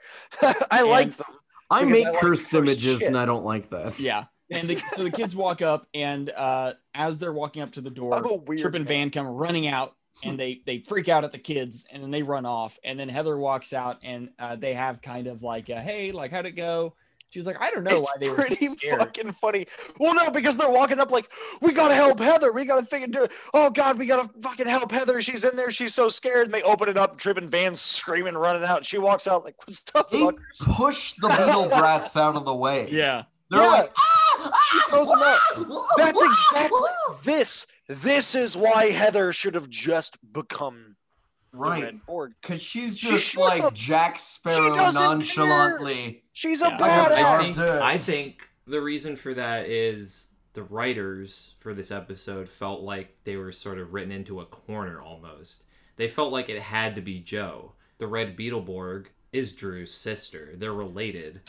Speaker 1: i like
Speaker 2: And-
Speaker 1: them
Speaker 3: I
Speaker 1: because
Speaker 3: make
Speaker 1: I like
Speaker 3: cursed
Speaker 1: cursed
Speaker 3: images,
Speaker 1: shit.
Speaker 3: and I don't like that.
Speaker 2: yeah, and the, so the kids walk up, and uh, as they're walking up to the door,
Speaker 1: i'm a weird
Speaker 2: Trip and
Speaker 1: man.
Speaker 2: Van come running out, and they they freak out at the kids, and then they run off. And then Heather walks out, and uh, they have kind of like, a, "Hey, like how'd it go?" She's like, "I don't know
Speaker 1: it's
Speaker 2: why they were so
Speaker 1: pretty
Speaker 2: scared."
Speaker 1: fucking funny. Well, no, because they're walking up like, we gotta help Heather. We gotta figure. do- Oh God, we gotta fucking help Heather. She's in there. She's so scared. And they open it up. Trip and Van screaming, running out. She walks out like, what's up,
Speaker 12: They
Speaker 1: fuckers?
Speaker 12: push the Beetle brats out of the way.
Speaker 2: Yeah,
Speaker 12: They're
Speaker 1: Yeah.
Speaker 12: like, ah, ah,
Speaker 1: throws them
Speaker 12: ah, ah,
Speaker 1: That's
Speaker 12: ah,
Speaker 1: exactly
Speaker 12: ah."
Speaker 1: this. This is why Heather should have just become the
Speaker 12: Right.
Speaker 1: Red Org.
Speaker 12: Because she's
Speaker 1: She
Speaker 12: just
Speaker 1: should
Speaker 12: like
Speaker 1: have-
Speaker 12: Jack Sparrow
Speaker 1: doesn't care.
Speaker 12: nonchalantly.
Speaker 1: She's
Speaker 2: Yeah.
Speaker 1: a
Speaker 12: I
Speaker 1: badass.
Speaker 4: I
Speaker 12: Yeah.
Speaker 4: think,
Speaker 12: Yeah.
Speaker 4: I think the reason for that is the writers for this episode felt like they were sort of written into a corner almost. They felt like it had to be Joe. The Red Beetleborg is Drew's sister. They're related.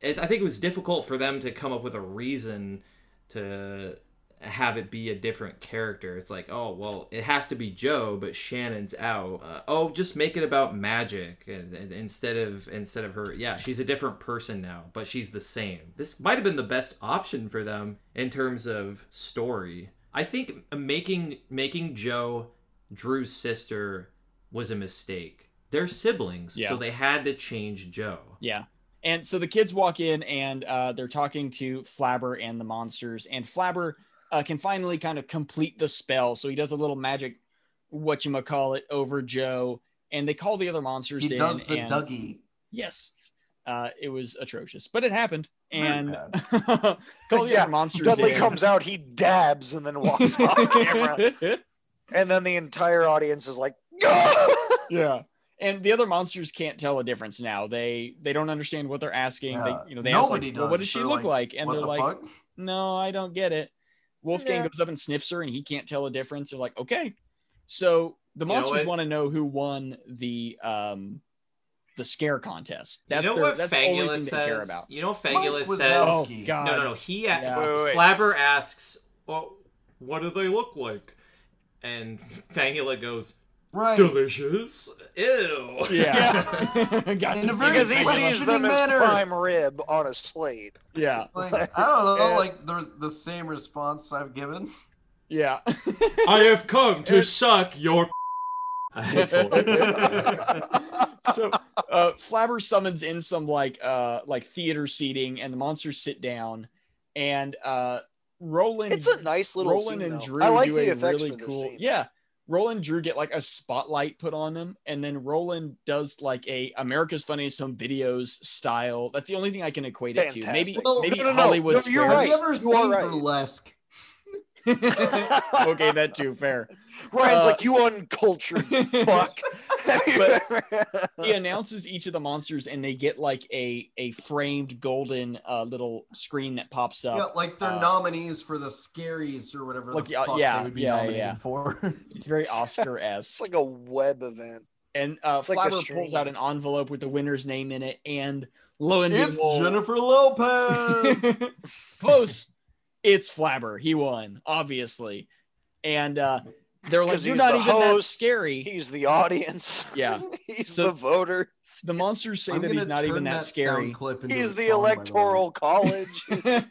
Speaker 4: It, I think it was difficult for them to come up with a reason to have it be a different character. It's like, oh, well, it has to be Joe, but Shannon's out. Uh, oh, just make it about magic and, and instead of instead of her. Yeah, she's a different person now, but she's the same. This might have been the best option for them in terms of story. I think making making Joe Drew's sister was a mistake. They're siblings,
Speaker 2: Yeah.
Speaker 4: so they had to change Joe.
Speaker 2: Yeah. And so the kids walk in and uh, they're talking to Flabber and the monsters. And Flabber uh, can finally kind of complete the spell. So he does a little magic, what you call it, over Joe. And they call the other monsters
Speaker 12: He
Speaker 2: in.
Speaker 12: does the
Speaker 2: and,
Speaker 12: Dougie.
Speaker 2: Yes. Uh, it was atrocious, but it happened.
Speaker 12: Very
Speaker 2: And
Speaker 12: bad.
Speaker 2: call the
Speaker 1: Yeah,
Speaker 2: other monsters
Speaker 1: Dudley
Speaker 2: in.
Speaker 1: comes out. He dabs and then walks off camera. And then the entire audience is like,
Speaker 2: yeah. And the other monsters can't tell a difference now. They they don't understand what they're asking.
Speaker 12: Yeah.
Speaker 2: They you know they
Speaker 12: Nobody
Speaker 2: ask like, well, what
Speaker 12: does.
Speaker 2: does she
Speaker 12: They're
Speaker 2: look
Speaker 12: like,
Speaker 2: like? And
Speaker 12: what
Speaker 2: they're
Speaker 12: the
Speaker 2: like,
Speaker 12: fuck?
Speaker 2: no, I don't get it. Wolfgang
Speaker 1: Yeah.
Speaker 2: goes up and sniffs her, and he can't tell the difference. They're like, okay. So the
Speaker 13: You know
Speaker 2: monsters
Speaker 13: what?
Speaker 2: want to know who won the um the scare contest. That's
Speaker 4: you know
Speaker 2: their,
Speaker 4: what
Speaker 2: that's the only
Speaker 4: Fangula
Speaker 2: thing
Speaker 4: says.
Speaker 2: they care about.
Speaker 4: You know what
Speaker 12: Mike
Speaker 4: Fangula
Speaker 12: was
Speaker 4: says.
Speaker 12: out.
Speaker 2: Oh
Speaker 12: Zelensky.
Speaker 2: god.
Speaker 4: No, no, no. He a-
Speaker 2: Yeah.
Speaker 1: Wait, wait, wait.
Speaker 4: Flabber asks, "Well, what do they look like?" And Fangula goes,
Speaker 3: Right.
Speaker 14: Delicious. Ew.
Speaker 2: Yeah. Got
Speaker 3: In a
Speaker 2: you.
Speaker 3: very
Speaker 1: Because he sees
Speaker 3: questioning
Speaker 1: them as
Speaker 3: manner.
Speaker 1: prime rib on a slate.
Speaker 2: yeah.
Speaker 3: Like, I don't know,
Speaker 1: Yeah.
Speaker 3: like the the same response I've given.
Speaker 2: Yeah.
Speaker 14: I have come to suck your.
Speaker 4: I totally-
Speaker 2: so uh flabber summons in some like uh like theater seating and the monsters sit down and uh roland
Speaker 1: It's a nice little
Speaker 2: roland
Speaker 1: scene,
Speaker 2: and
Speaker 1: though.
Speaker 2: drew
Speaker 1: I like
Speaker 2: do
Speaker 1: the
Speaker 2: a
Speaker 1: effects
Speaker 2: really
Speaker 1: for this
Speaker 2: cool
Speaker 1: scene.
Speaker 2: yeah roland drew get like a spotlight put on them and then roland does like a america's funniest home videos style that's the only thing i can equate it to maybe
Speaker 1: Fantastic.
Speaker 3: Well,
Speaker 2: maybe
Speaker 1: no, no, no.
Speaker 2: hollywood
Speaker 1: No, you're
Speaker 2: Squares-
Speaker 3: Have you
Speaker 1: right.
Speaker 3: ever
Speaker 1: You are
Speaker 3: seen
Speaker 1: right.
Speaker 3: burlesque?
Speaker 2: okay that too fair
Speaker 1: Ryan's
Speaker 2: Uh,
Speaker 1: like, you uncultured fuck.
Speaker 2: he announces each of the monsters and they get like a a framed golden uh little screen that pops
Speaker 3: Yeah,
Speaker 2: up
Speaker 3: like they're
Speaker 2: uh,
Speaker 3: nominees for the scaries or whatever
Speaker 2: Like,
Speaker 3: the
Speaker 2: yeah,
Speaker 3: fuck they
Speaker 2: yeah,
Speaker 3: would be
Speaker 2: yeah,
Speaker 3: nominated
Speaker 2: yeah.
Speaker 3: for.
Speaker 2: it's very
Speaker 1: It's-
Speaker 2: oscar-esque
Speaker 1: it's like a web event.
Speaker 2: and uh
Speaker 1: it's like a
Speaker 2: flabber pulls
Speaker 1: string.
Speaker 2: out an envelope with the winner's name in it and lo and
Speaker 3: it's
Speaker 2: behold
Speaker 3: Jennifer Lopez.
Speaker 2: close it's flabber he won obviously and uh they're like
Speaker 1: 'Cause
Speaker 2: you're
Speaker 1: he's
Speaker 2: not
Speaker 1: the
Speaker 2: even that
Speaker 1: host.
Speaker 2: scary
Speaker 1: He's the audience.
Speaker 2: Yeah.
Speaker 1: He's
Speaker 2: So-
Speaker 1: the voter.
Speaker 2: the monsters say
Speaker 3: I'm
Speaker 2: that he's
Speaker 3: gonna
Speaker 2: not even
Speaker 3: turn
Speaker 2: that,
Speaker 3: sound
Speaker 2: scary
Speaker 3: clip into
Speaker 1: He's
Speaker 3: a
Speaker 1: the
Speaker 3: song, by way.
Speaker 1: electoral college. He's the-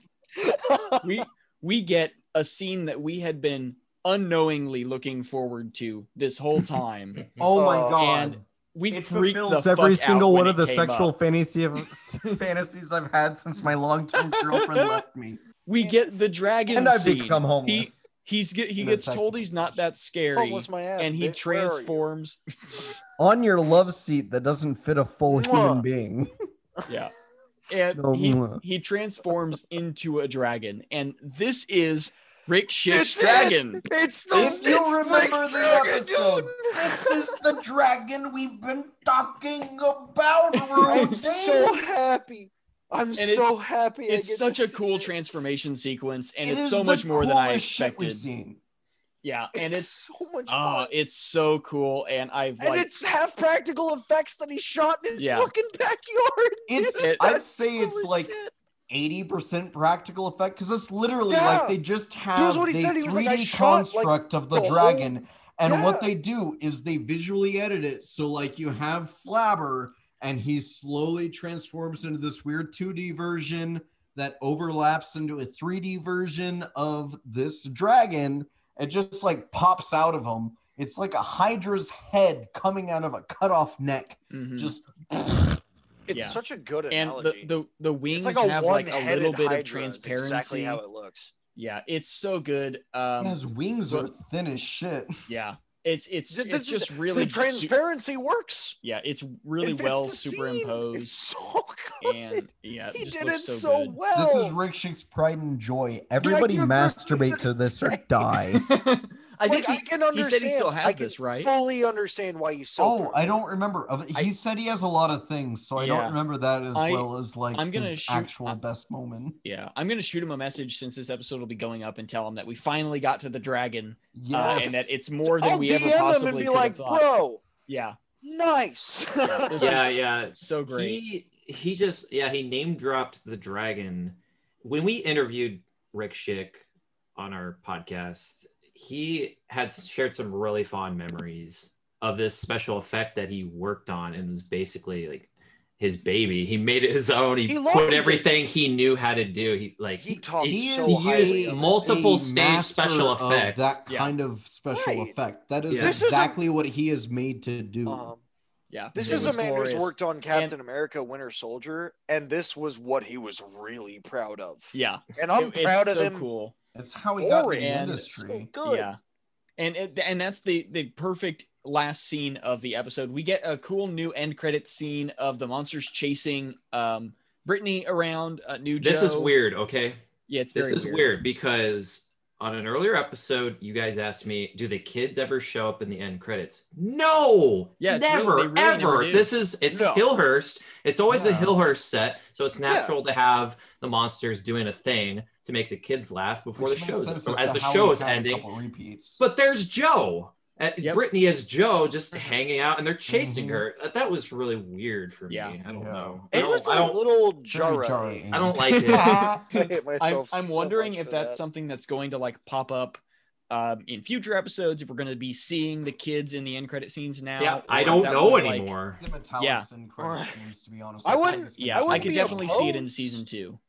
Speaker 2: we we get a scene that we had been unknowingly looking forward to this whole time.
Speaker 3: Oh my
Speaker 1: Uh,
Speaker 3: god.
Speaker 2: and we
Speaker 3: It
Speaker 2: freaked the
Speaker 3: fulfills
Speaker 2: fuck
Speaker 15: every
Speaker 2: out
Speaker 15: single
Speaker 2: when
Speaker 15: one
Speaker 2: it
Speaker 15: of the
Speaker 2: came
Speaker 15: sexual
Speaker 2: up.
Speaker 15: fantasy of
Speaker 3: fantasies I've had since my long-term girlfriend left me.
Speaker 2: We get the dragon
Speaker 15: and I've
Speaker 2: scene.
Speaker 15: become homeless.
Speaker 2: He's get, he
Speaker 3: And
Speaker 2: gets
Speaker 3: attacked.
Speaker 2: told he's not that scary,
Speaker 1: Homeless my ass,
Speaker 2: and he
Speaker 1: bitch. Where are you?
Speaker 2: transforms.
Speaker 15: On your love seat that doesn't fit a full
Speaker 1: human
Speaker 15: being.
Speaker 2: yeah, and
Speaker 15: Oh,
Speaker 2: he
Speaker 15: mwah.
Speaker 2: he transforms into a dragon, and this is Rick Shit's
Speaker 1: It's it!
Speaker 2: dragon.
Speaker 1: It's the
Speaker 3: If you
Speaker 1: it's
Speaker 3: remember
Speaker 1: Rick's
Speaker 3: the
Speaker 1: dragon,
Speaker 3: episode, this is the dragon we've been talking about,
Speaker 1: I'm
Speaker 3: Rudy.
Speaker 1: so happy. I'm
Speaker 2: it's-
Speaker 1: so happy. I
Speaker 2: It's
Speaker 1: get
Speaker 2: such
Speaker 1: to
Speaker 2: a
Speaker 1: see
Speaker 2: cool
Speaker 1: it.
Speaker 2: transformation sequence, and
Speaker 3: It
Speaker 2: it's
Speaker 3: is
Speaker 2: so
Speaker 3: the
Speaker 2: much more than I
Speaker 3: coolest shit
Speaker 2: expected.
Speaker 3: We've seen.
Speaker 2: Yeah, and it's
Speaker 1: so much
Speaker 2: Oh,
Speaker 1: fun.
Speaker 2: it's so cool, and I've
Speaker 1: and
Speaker 2: like
Speaker 1: it's half practical effects that he shot in his
Speaker 2: Yeah.
Speaker 1: fucking backyard.
Speaker 3: It's
Speaker 2: It-
Speaker 3: I'd say it's
Speaker 1: holy
Speaker 3: like
Speaker 1: shit.
Speaker 3: eighty percent practical effect because it's literally
Speaker 1: Yeah.
Speaker 3: like they just have
Speaker 1: what he
Speaker 3: the
Speaker 1: said. He was like,
Speaker 3: 3D
Speaker 1: "I shot, like,
Speaker 3: construct of the,
Speaker 1: the whole-
Speaker 3: dragon, and
Speaker 1: Yeah.
Speaker 3: what they do is they visually edit it so like you have Flabber and he slowly transforms into this weird 2D version that overlaps into a 3D version of this dragon. It just like pops out of him. It's like a Hydra's head coming out of a cut off neck.
Speaker 2: mhm.
Speaker 3: Just
Speaker 1: It's
Speaker 2: Yeah.
Speaker 1: such a good
Speaker 2: and the,
Speaker 1: analogy.
Speaker 2: the the wings
Speaker 1: it's like a
Speaker 2: have like a
Speaker 1: one-headed
Speaker 2: little bit
Speaker 1: hydra
Speaker 2: of
Speaker 1: is
Speaker 2: transparency.
Speaker 1: Exactly how it looks.
Speaker 2: yeah, it's so good. Um,
Speaker 3: his wings
Speaker 2: but-
Speaker 3: are thin as shit.
Speaker 2: yeah, it's it's
Speaker 1: The- the-
Speaker 2: it's just really
Speaker 1: the
Speaker 2: su-
Speaker 1: transparency works.
Speaker 2: yeah, it's
Speaker 1: It
Speaker 2: really
Speaker 1: fits
Speaker 2: well
Speaker 1: the scene. It's
Speaker 2: superimposed,
Speaker 1: so good.
Speaker 2: and yeah, it
Speaker 1: he
Speaker 2: just
Speaker 1: did
Speaker 2: looks
Speaker 1: it
Speaker 2: so,
Speaker 1: so,
Speaker 2: good.
Speaker 1: well.
Speaker 3: This is Rick Schick's pride and joy.
Speaker 15: Everybody
Speaker 1: you're
Speaker 15: masturbate
Speaker 1: perfect.
Speaker 15: to this or die.
Speaker 2: I think
Speaker 1: Like, I
Speaker 2: he,
Speaker 1: can
Speaker 2: he
Speaker 1: understand.
Speaker 2: said he still has
Speaker 1: I can
Speaker 2: this, right?
Speaker 1: fully understand why he's so.
Speaker 3: Oh,
Speaker 1: proud.
Speaker 3: I don't remember. Of it. He
Speaker 2: I-
Speaker 3: said he has a lot of things, so I
Speaker 2: Yeah.
Speaker 3: don't remember that as
Speaker 2: I-
Speaker 3: well as like
Speaker 2: I'm gonna
Speaker 3: his
Speaker 2: shoot-
Speaker 3: actual
Speaker 2: I-
Speaker 3: best moment.
Speaker 2: yeah, I'm gonna shoot him a message since this episode will be going up and tell him that we finally got to the dragon uh,
Speaker 3: Yes.
Speaker 2: and that it's more than
Speaker 1: I'll
Speaker 2: we
Speaker 1: DM
Speaker 2: ever
Speaker 1: him and
Speaker 2: possibly
Speaker 1: be
Speaker 2: could
Speaker 1: like,
Speaker 2: have thought.
Speaker 1: bro,
Speaker 2: yeah,
Speaker 1: nice.
Speaker 2: Yeah, this
Speaker 4: yeah,
Speaker 2: is
Speaker 4: yeah.
Speaker 2: so great.
Speaker 4: He he just yeah he name dropped the dragon when we interviewed Rick Schick on our podcast. He had shared some really fond memories of this special effect that he worked on and was basically like his baby. He made it his own. He,
Speaker 1: He loved
Speaker 4: put
Speaker 1: it.
Speaker 4: everything he knew how to do. He like
Speaker 1: he talks
Speaker 4: he
Speaker 1: so
Speaker 3: is-
Speaker 1: highly.
Speaker 3: he
Speaker 1: of
Speaker 3: is
Speaker 1: it.
Speaker 4: multiple
Speaker 3: a
Speaker 4: stage
Speaker 3: master
Speaker 4: special
Speaker 3: of
Speaker 4: effects.
Speaker 3: That
Speaker 2: Yeah.
Speaker 3: kind of special
Speaker 1: Right.
Speaker 3: effect. That is
Speaker 4: Yeah.
Speaker 1: This is a-
Speaker 3: exactly what he is made to do.
Speaker 1: Um,
Speaker 2: yeah.
Speaker 1: this
Speaker 2: it
Speaker 1: is a
Speaker 2: was
Speaker 1: man who's
Speaker 2: glorious.
Speaker 1: worked on Captain America: Winter Soldier, and this was what he was really proud of.
Speaker 2: Yeah,
Speaker 1: and I'm
Speaker 2: It- it's
Speaker 1: proud of
Speaker 2: so
Speaker 1: him.
Speaker 2: cool.
Speaker 3: That's how he got in the
Speaker 2: And-
Speaker 1: So
Speaker 3: industry.
Speaker 1: good.
Speaker 2: Yeah, and it, and that's the the perfect last scene of the episode. We get a cool new end credit scene of the monsters chasing um Brittany around uh, New.
Speaker 4: This is
Speaker 2: Joe.
Speaker 4: weird. Okay,
Speaker 2: Yeah, it's
Speaker 4: This
Speaker 2: very
Speaker 4: is weird. because on an earlier episode, you guys asked me, "Do the kids ever show up in the end credits?" No,
Speaker 2: Yeah, it's
Speaker 4: never,
Speaker 2: really- they really
Speaker 4: ever.
Speaker 2: never do.
Speaker 4: this is it's
Speaker 1: No.
Speaker 4: Hillhurst. It's always a
Speaker 3: Yeah.
Speaker 4: Hillhurst set, so it's
Speaker 1: Yeah.
Speaker 4: natural to have the monsters doing a thing to make the kids laugh before
Speaker 3: Which
Speaker 4: the
Speaker 3: makes
Speaker 4: show's
Speaker 3: sense
Speaker 4: or
Speaker 3: as
Speaker 4: as
Speaker 3: to
Speaker 4: the
Speaker 3: how
Speaker 4: show
Speaker 3: he's
Speaker 4: is
Speaker 3: had a
Speaker 4: ending.
Speaker 3: couple repeats.
Speaker 4: But there's Joe. Uh,
Speaker 2: Yep.
Speaker 4: Brittany as Joe just hanging out, and they're chasing
Speaker 3: Mhm.
Speaker 4: her. Uh, That was really weird for
Speaker 2: Yeah.
Speaker 4: me. I don't
Speaker 3: Yeah.
Speaker 4: know. I
Speaker 1: It
Speaker 4: don't-
Speaker 1: was
Speaker 4: I
Speaker 1: a
Speaker 4: don't.
Speaker 1: little
Speaker 3: Very
Speaker 1: jarring.
Speaker 3: jarring.
Speaker 4: I don't like it.
Speaker 1: I hate
Speaker 2: I'm,
Speaker 1: myself.
Speaker 2: I'm
Speaker 1: so
Speaker 2: wondering
Speaker 1: much
Speaker 2: if
Speaker 1: for
Speaker 2: that's
Speaker 1: that.
Speaker 2: something that's going to like pop up um, in future episodes if we're going to be seeing the kids in the end credit scenes now.
Speaker 4: yeah, I
Speaker 2: or if
Speaker 4: don't
Speaker 2: that
Speaker 4: know
Speaker 2: was, like-
Speaker 4: anymore.
Speaker 3: The
Speaker 2: Yeah.
Speaker 3: Metallus and credit scenes, to be honest.
Speaker 1: I
Speaker 3: think
Speaker 1: wouldn't-
Speaker 3: it's been-
Speaker 2: yeah, I
Speaker 1: wouldn't
Speaker 2: could
Speaker 1: be
Speaker 2: definitely see it in
Speaker 1: opposed.
Speaker 2: season two.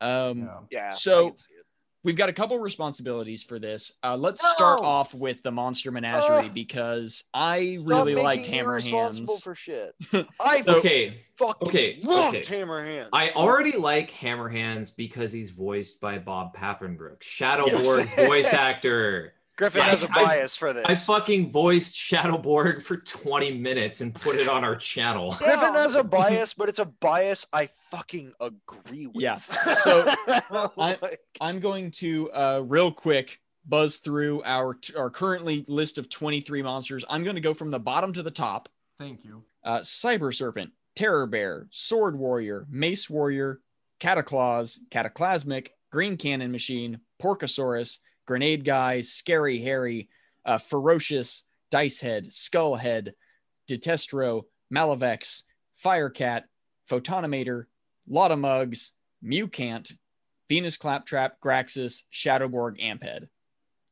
Speaker 2: Um,
Speaker 3: Yeah.
Speaker 1: Yeah. I
Speaker 2: So-
Speaker 1: can see it.
Speaker 2: we've got a couple responsibilities for this. Uh, let's start
Speaker 1: No!
Speaker 2: off with the monster menagerie
Speaker 1: Ugh.
Speaker 2: because I
Speaker 1: Stop
Speaker 2: really liked
Speaker 1: making me
Speaker 2: Hammer
Speaker 1: responsible
Speaker 2: Hands.
Speaker 1: for shit. I
Speaker 4: Okay,
Speaker 1: fucking
Speaker 4: okay,
Speaker 1: loved
Speaker 4: okay.
Speaker 1: Hammer Hands.
Speaker 4: I already like Hammer Hands because he's voiced by Bob Pappenbrook, Shadow
Speaker 2: Yes.
Speaker 4: Borg's voice actor.
Speaker 1: Griffin
Speaker 4: I-
Speaker 1: has a
Speaker 4: I-
Speaker 1: bias for this.
Speaker 4: I fucking voiced Shadow Borg for 20 minutes and put it on our channel.
Speaker 1: Griffin has a bias, but it's a bias I fucking agree with.
Speaker 2: Yeah. So, I-
Speaker 1: Like,
Speaker 2: I'm going to uh, real quick buzz through our our currently list of 23 monsters. I'm going to go from the bottom to the top.
Speaker 3: Thank you.
Speaker 2: uh, Cyber Serpent, Terror Bear, Sword Warrior, Mace Warrior, Cataclaws, Cataclasmic, Green Cannon Machine, Porcosaurus, Grenade Guy, Scary Harry, uh, Ferocious, Dice Head, Skull Head, Detestro, Malavex, Firecat, Photonomator, Lotta Mugs, Mucant, Venus Claptrap, Graxus, Shadowborg, Amped.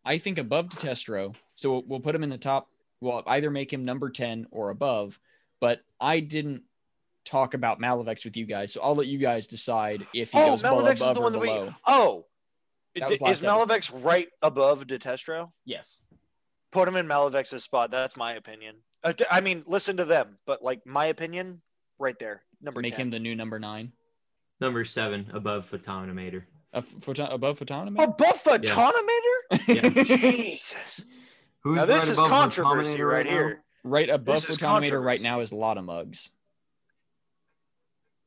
Speaker 2: I think above Detestro, so we'll, we'll put him in the top. We'll either make him number 10 or above but I didn't talk about Malavex with you guys, so I'll let you guys decide if he
Speaker 1: oh,
Speaker 2: goes well
Speaker 1: Malavex is
Speaker 2: above
Speaker 1: the
Speaker 2: or
Speaker 1: one that we.
Speaker 2: below.
Speaker 1: Oh,
Speaker 2: That
Speaker 1: D-
Speaker 2: was
Speaker 1: is
Speaker 2: last episode.
Speaker 1: Malavex right above Detestro?
Speaker 2: Yes.
Speaker 1: Put him in Malavex's spot. That's my opinion. Uh, d- I mean, listen to them, but like my opinion, right there, number
Speaker 2: Make
Speaker 1: 10.
Speaker 2: him the new number nine.
Speaker 4: Number seven above Photonomator.
Speaker 2: Uh, photon- above Photonomy?
Speaker 1: above the
Speaker 4: Yeah.
Speaker 1: Autonomator? Jesus.
Speaker 3: Who's
Speaker 1: Now, this
Speaker 3: right
Speaker 1: is
Speaker 3: above the
Speaker 1: controversy
Speaker 3: Terminator
Speaker 1: right
Speaker 3: now?
Speaker 1: here.
Speaker 2: right above
Speaker 1: This is
Speaker 2: Photonomator right
Speaker 1: controversy.
Speaker 2: now is Lotta Mugs.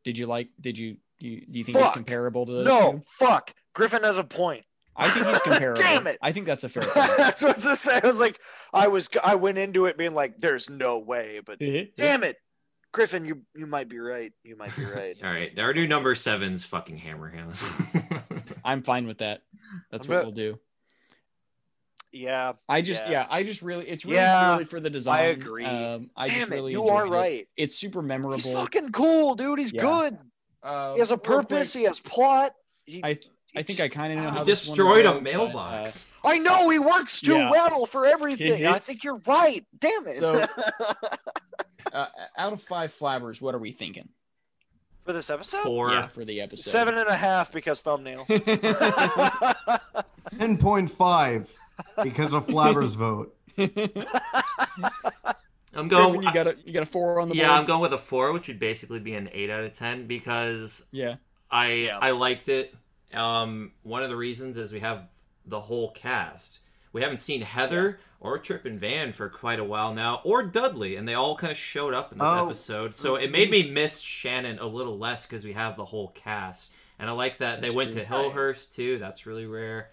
Speaker 2: Did you like did you you do you think
Speaker 1: Fuck.
Speaker 2: he's comparable to those
Speaker 1: No,
Speaker 2: two?
Speaker 1: fuck. Griffin has a point.
Speaker 2: I think he's comparable.
Speaker 1: Damn it.
Speaker 2: I think that's a fair point.
Speaker 1: That's what I said. I was like, I was, I went into it being like, there's no way, but damn it, Griffin, you you might be right. You might be right.
Speaker 4: All right, our new number seven's fucking Hammer Hands.
Speaker 2: I'm fine with that. That's
Speaker 1: I'm
Speaker 2: what
Speaker 1: not-
Speaker 2: we'll do.
Speaker 1: Yeah,
Speaker 2: I just
Speaker 1: Yeah.
Speaker 2: yeah, I just really it's really
Speaker 1: Yeah,
Speaker 2: purely for the design.
Speaker 1: agree.
Speaker 2: Um, I just
Speaker 1: damn it,
Speaker 2: really
Speaker 1: you are
Speaker 2: enjoyed it.
Speaker 1: right.
Speaker 2: It's super memorable.
Speaker 1: He's fucking cool, dude. He's
Speaker 2: Yeah.
Speaker 1: good.
Speaker 2: Uh,
Speaker 1: He has a
Speaker 2: real quick,
Speaker 1: purpose. He has plot. He,
Speaker 2: I I think I kind of know
Speaker 1: He
Speaker 2: how
Speaker 4: He
Speaker 2: this one
Speaker 4: destroyed
Speaker 2: will
Speaker 4: a
Speaker 2: go, but,
Speaker 4: mailbox.
Speaker 1: I know he works too
Speaker 2: Yeah.
Speaker 1: well for everything.
Speaker 2: Mhm.
Speaker 1: I think you're right. Damn it.
Speaker 2: So- uh, uh, out of five flabbers, what are we thinking?
Speaker 1: for this episode,
Speaker 4: Four.
Speaker 2: yeah, for the episode.
Speaker 1: seven and a half because thumbnail.
Speaker 3: Ten point five because of Flabber's vote.
Speaker 2: Griffin,
Speaker 4: I'm going.
Speaker 2: you got a you got a four on the
Speaker 4: yeah,
Speaker 2: board.
Speaker 4: I'm going with a four, which would basically be an eight out of ten because
Speaker 2: yeah.
Speaker 4: I
Speaker 1: Yeah.
Speaker 4: I liked it. Um, one of the reasons is we have the whole cast. We haven't seen Heather or Trip and Van for quite a while now, or Dudley, and they all kind of showed up in this
Speaker 3: Oh,
Speaker 4: episode. So it made me
Speaker 3: yes.
Speaker 4: miss Shannon a little less because we have the whole cast, and I like that
Speaker 2: That's
Speaker 4: they went
Speaker 2: true.
Speaker 4: to Hillhurst too. That's really rare.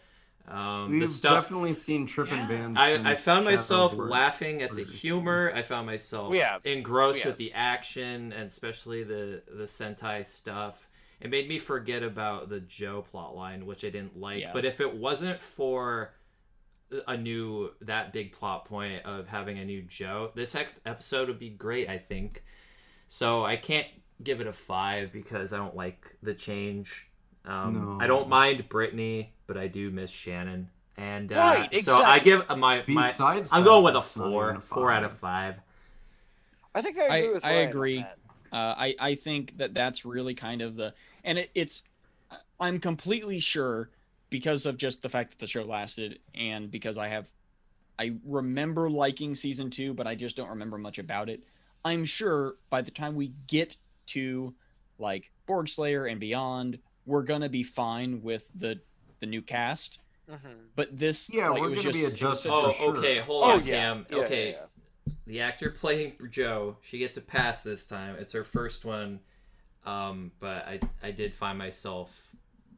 Speaker 4: Um,
Speaker 3: We've
Speaker 4: the stuff
Speaker 3: definitely seen tripping bands.
Speaker 4: I, I found myself
Speaker 3: laughing.
Speaker 4: laughing at the
Speaker 3: Burgers.
Speaker 4: humor. I found myself
Speaker 1: We have.
Speaker 4: engrossed
Speaker 1: We have.
Speaker 4: with the action and especially the the Sentai stuff. It made me forget about the Joe plotline, which I didn't like.
Speaker 2: Yeah.
Speaker 4: But if it wasn't for a new that big plot point of having a new Joe, this ex- episode would be great. I think. So I can't give it a five because I don't like the change. Um,
Speaker 3: No.
Speaker 4: I don't mind Brittany, but I do miss Shannon. And uh,
Speaker 1: Right,
Speaker 4: so I
Speaker 1: exactly.
Speaker 4: give my my.
Speaker 3: Besides,
Speaker 4: I'm
Speaker 3: that,
Speaker 4: going with a
Speaker 3: it's not
Speaker 4: four,
Speaker 3: even a
Speaker 4: four out
Speaker 3: five.
Speaker 4: of five.
Speaker 1: I think I agree
Speaker 2: I-
Speaker 1: with
Speaker 2: I
Speaker 1: Ryan on
Speaker 2: agree.
Speaker 1: that.
Speaker 2: Uh, I I think that that's really kind of the and it, it's I'm completely sure because of just the fact that the show lasted and because I have I remember liking season 2 but I just don't remember much about it. I'm sure by the time we get to like Borg Slayer and beyond, we're going to be fine with the the new cast,
Speaker 1: Mhm.
Speaker 2: but this
Speaker 3: Yeah,
Speaker 2: like,
Speaker 3: we're
Speaker 2: it was
Speaker 3: gonna
Speaker 2: just
Speaker 3: be
Speaker 2: it was
Speaker 3: adjusted
Speaker 2: such a-
Speaker 3: for
Speaker 4: Oh,
Speaker 3: sure.
Speaker 4: okay. Hold
Speaker 1: Oh
Speaker 4: on,
Speaker 1: yeah.
Speaker 4: Cam.
Speaker 1: yeah,
Speaker 4: okay.
Speaker 1: yeah, yeah.
Speaker 4: The actor playing Joe, she gets a pass this time. It's her first one. Um, but I, I did find myself,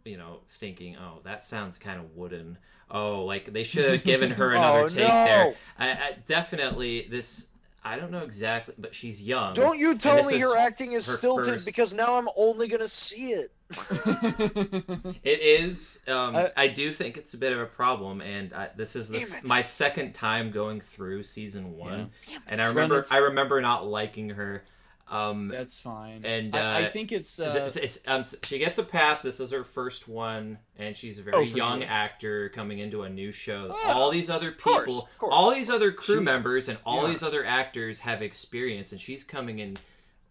Speaker 4: you know, thinking, oh, that sounds kind of wooden. Oh, like they should have given her another
Speaker 1: Oh,
Speaker 4: take
Speaker 1: no.
Speaker 4: there. I, I definitely this. I don't know exactly, but she's young.
Speaker 1: Don't you
Speaker 4: Um, this
Speaker 1: tell me
Speaker 4: is
Speaker 1: her acting is
Speaker 4: her
Speaker 1: stilted
Speaker 4: first-
Speaker 1: because now I'm only gonna see it.
Speaker 4: It is. Um,
Speaker 2: Uh,
Speaker 4: I do think it's a bit of a problem, and I, this is the,
Speaker 1: Damn
Speaker 4: s-
Speaker 1: it.
Speaker 4: my second time going through season one,
Speaker 2: Yeah.
Speaker 4: and I
Speaker 2: It's when
Speaker 4: remember
Speaker 2: it's-
Speaker 4: I remember not liking her. Um,
Speaker 2: That's fine.
Speaker 4: and,
Speaker 2: I, I
Speaker 4: uh,
Speaker 2: think it's
Speaker 4: th-
Speaker 2: uh,
Speaker 4: it's- it's- um, s- she gets a pass. This is her first one, and she's a
Speaker 2: Oh,
Speaker 4: very
Speaker 2: for
Speaker 4: young
Speaker 2: sure.
Speaker 4: actor coming into a new show. that
Speaker 1: Yeah,
Speaker 4: all these other people,
Speaker 1: course, of course.
Speaker 4: all these other crew
Speaker 16: She-
Speaker 4: members, and all
Speaker 16: yeah.
Speaker 4: these other actors have experience, and she's coming in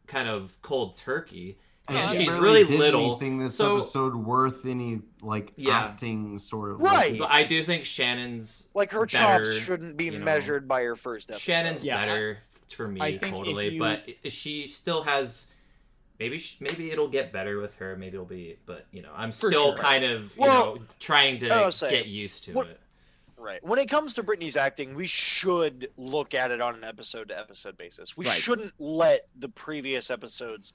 Speaker 4: kind of cold turkey.
Speaker 2: And
Speaker 4: And
Speaker 2: she
Speaker 4: she's
Speaker 3: barely
Speaker 4: really
Speaker 3: did
Speaker 4: little.
Speaker 3: Anything this
Speaker 4: so,
Speaker 3: episode worth any like
Speaker 4: Yeah.
Speaker 3: acting sort of
Speaker 1: Right.
Speaker 4: but I do think Shannon's
Speaker 1: Like her
Speaker 4: better,
Speaker 1: chops shouldn't be
Speaker 4: you know.
Speaker 1: measured by her first episode.
Speaker 4: Shannon's
Speaker 2: Yeah, I-
Speaker 4: better for
Speaker 2: I
Speaker 4: me
Speaker 2: think if
Speaker 4: totally,
Speaker 2: you-
Speaker 4: but i- she still has. Maybe she, maybe it'll get better with her. Maybe it'll be, but you know, I'm
Speaker 2: For
Speaker 4: still
Speaker 2: sure.
Speaker 4: kind of you
Speaker 1: Well,
Speaker 4: know trying to
Speaker 1: I was saying,
Speaker 4: get used to
Speaker 1: what-
Speaker 4: it.
Speaker 1: Right. When it comes to Brittany's acting, we should look at it on an episode to episode basis. We
Speaker 2: Right.
Speaker 1: shouldn't let the previous episodes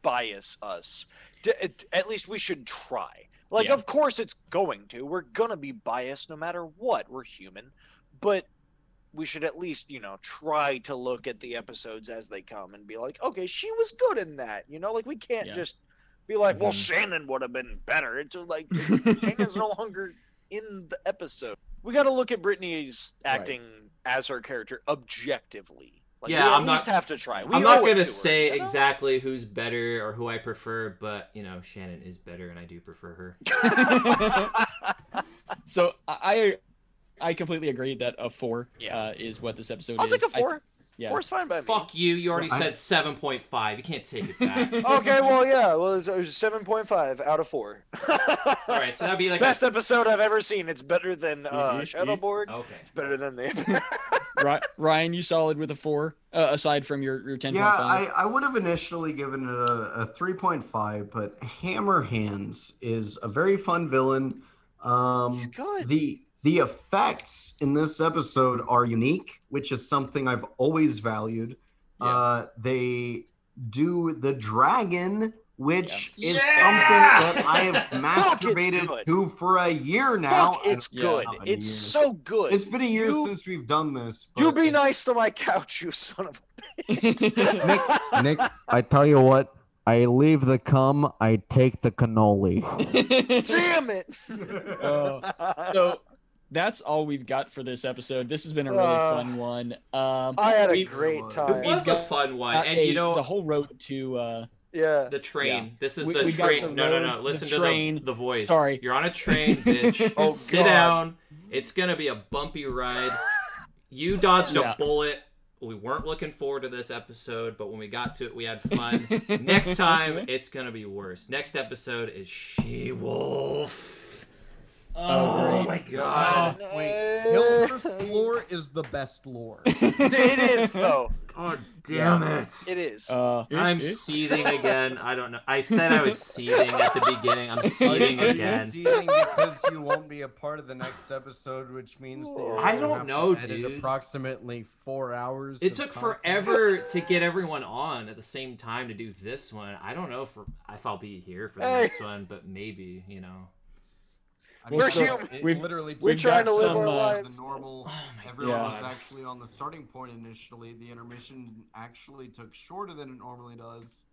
Speaker 1: bias us. D- at- At least we should try. Like,
Speaker 2: Yeah.
Speaker 1: of course, it's going to. We're going to be biased no matter what. We're human. But we should at least, you know, try to look at the episodes as they come and be like, okay, she was good in that. You know, like, we can't
Speaker 2: Yeah. Mm-hmm.
Speaker 1: just be like, well,
Speaker 4: Mhm.
Speaker 1: Shannon would have been better. It's just like, Shannon's no longer in the episode we got to look at Brittany's
Speaker 2: Right.
Speaker 1: acting as her character objectively. Like,
Speaker 4: Yeah,
Speaker 1: we at
Speaker 4: I'm not-
Speaker 1: least have to try. We
Speaker 4: I'm not
Speaker 1: owe it
Speaker 4: gonna
Speaker 1: to her,
Speaker 4: say
Speaker 1: you know?
Speaker 4: exactly who's better or who I prefer, but you know, Shannon is better, and I do prefer her.
Speaker 2: so I I completely agree that a four
Speaker 1: Yeah.
Speaker 2: uh, is what this episode
Speaker 1: I'll
Speaker 2: is.
Speaker 1: take a
Speaker 2: I-
Speaker 1: four.
Speaker 2: yeah.
Speaker 1: Four's fine by
Speaker 4: Fuck you! You already
Speaker 3: I-
Speaker 4: said seven point five. You can't take it back.
Speaker 1: me. Okay, well, yeah, well, it was, seven point five out of four.
Speaker 4: All right, so that'd be like a-
Speaker 1: Best episode I've ever seen. It's better than uh,
Speaker 2: Mhm.
Speaker 1: Shadowboard.
Speaker 4: okay.
Speaker 1: It's better than the.
Speaker 2: Ri- Ryan, you solid with a four uh, aside from your your ten point
Speaker 3: Yeah, I,
Speaker 2: five.
Speaker 3: I would have initially given it a, a 3.5, but Hammer Hands is a very fun villain.
Speaker 1: He's
Speaker 3: Um,
Speaker 1: good.
Speaker 3: the the effects in this episode are unique, which is something I've always valued.
Speaker 2: Yeah.
Speaker 3: Uh, they do the dragon, which is
Speaker 17: Yeah!
Speaker 3: something that I have
Speaker 1: Fuck, it's
Speaker 3: masturbated
Speaker 1: good.
Speaker 3: to for a year now.
Speaker 1: Fuck, it's
Speaker 2: yeah.
Speaker 1: good.
Speaker 3: Yeah.
Speaker 1: It's so good.
Speaker 3: it's been a year
Speaker 1: You-
Speaker 3: since we've done this.
Speaker 1: you
Speaker 3: but
Speaker 1: be
Speaker 3: it's-
Speaker 1: nice to my couch, you son of
Speaker 2: I,
Speaker 1: a.
Speaker 3: Nick, I tell you what, I leave the cum, I take the cannoli.
Speaker 1: Damn it.
Speaker 2: Oh, so that's all we've got for this episode. This has been a really
Speaker 1: Uh,
Speaker 2: fun one. Um,
Speaker 1: I had a
Speaker 2: we've
Speaker 1: great
Speaker 4: It
Speaker 1: time.
Speaker 4: was a
Speaker 2: got-
Speaker 4: fun one,
Speaker 2: got
Speaker 4: and
Speaker 2: a-
Speaker 4: you know
Speaker 2: the whole road to. Uh,
Speaker 1: Yeah.
Speaker 4: The train. This is
Speaker 2: We-
Speaker 4: the
Speaker 2: we got
Speaker 4: train.
Speaker 2: the
Speaker 4: no, no,
Speaker 2: road,
Speaker 4: no.
Speaker 2: the
Speaker 4: Listen to
Speaker 2: train.
Speaker 4: the, the voice.
Speaker 2: Sorry.
Speaker 4: You're on a train, bitch.
Speaker 1: Oh,
Speaker 4: Sit
Speaker 1: God.
Speaker 4: down. It's going to be a bumpy ride. You dodged
Speaker 2: Yeah.
Speaker 4: a bullet. We weren't looking forward to this episode, but when we got to it, we had fun. Next time, it's going to be worse. Next episode is She Wolf. Oh,
Speaker 2: great.
Speaker 4: my God.
Speaker 2: Oh, wait.
Speaker 1: Eh.
Speaker 16: Hillhurst's lore is the best lore.
Speaker 1: it is though.
Speaker 2: Oh.
Speaker 4: God damn it.
Speaker 1: It is.
Speaker 2: Uh,
Speaker 4: I'm seething again. I don't know. I said I was seething at the beginning. I'm seething
Speaker 16: Are you
Speaker 4: again.
Speaker 16: seething because you won't be a part of the next episode, which means that you're gonna
Speaker 4: I don't
Speaker 16: have to
Speaker 4: know,
Speaker 16: edit
Speaker 4: dude.
Speaker 16: Approximately four hours.
Speaker 4: It
Speaker 16: of
Speaker 4: took
Speaker 16: content.
Speaker 4: forever to get everyone on at the same time to do this one. I don't know if, if I'll be here for the
Speaker 1: Hey.
Speaker 4: next one, but maybe, you know.
Speaker 3: I
Speaker 2: We're
Speaker 3: mean,
Speaker 2: human.
Speaker 3: it
Speaker 2: We've-
Speaker 3: literally
Speaker 2: we're
Speaker 3: took
Speaker 2: trying
Speaker 3: that
Speaker 2: to live
Speaker 3: from
Speaker 2: our
Speaker 3: the
Speaker 1: lives.
Speaker 3: normal.
Speaker 4: Oh my
Speaker 3: Everyone was
Speaker 4: God.
Speaker 3: actually on the starting point initially. The intermission actually took shorter than it normally does,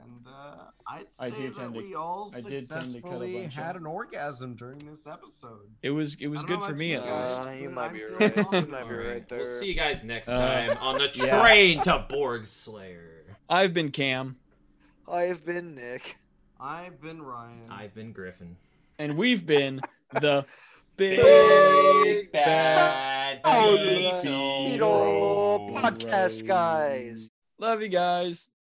Speaker 3: and uh, I'd say
Speaker 2: I do
Speaker 3: that
Speaker 2: tend to-
Speaker 3: we all
Speaker 2: I did tend to cut a
Speaker 3: successfully
Speaker 2: bunch
Speaker 3: had
Speaker 2: out.
Speaker 3: an orgasm during this episode.
Speaker 2: it was it
Speaker 3: I
Speaker 2: was
Speaker 3: don't
Speaker 2: good
Speaker 3: know
Speaker 2: for
Speaker 3: about
Speaker 2: me
Speaker 3: you
Speaker 2: at
Speaker 3: guys,
Speaker 2: least.
Speaker 1: Uh, you
Speaker 3: but
Speaker 1: might
Speaker 3: I'm
Speaker 1: be
Speaker 3: feeling
Speaker 1: right. You
Speaker 3: confident
Speaker 1: might be
Speaker 3: about it.
Speaker 1: right
Speaker 4: We'll
Speaker 1: there.
Speaker 4: see you guys next
Speaker 2: Uh,
Speaker 4: time on the
Speaker 2: yeah.
Speaker 4: train to Borg Slayer.
Speaker 2: I've been Cam,
Speaker 1: I've been Nick.
Speaker 3: I've been Ryan.
Speaker 4: I've been Griffin.
Speaker 2: and we've been the big,
Speaker 4: Bad
Speaker 1: Oh,
Speaker 4: Beetle
Speaker 1: Beetle
Speaker 4: Bros.
Speaker 1: podcast guys.
Speaker 2: Love you guys.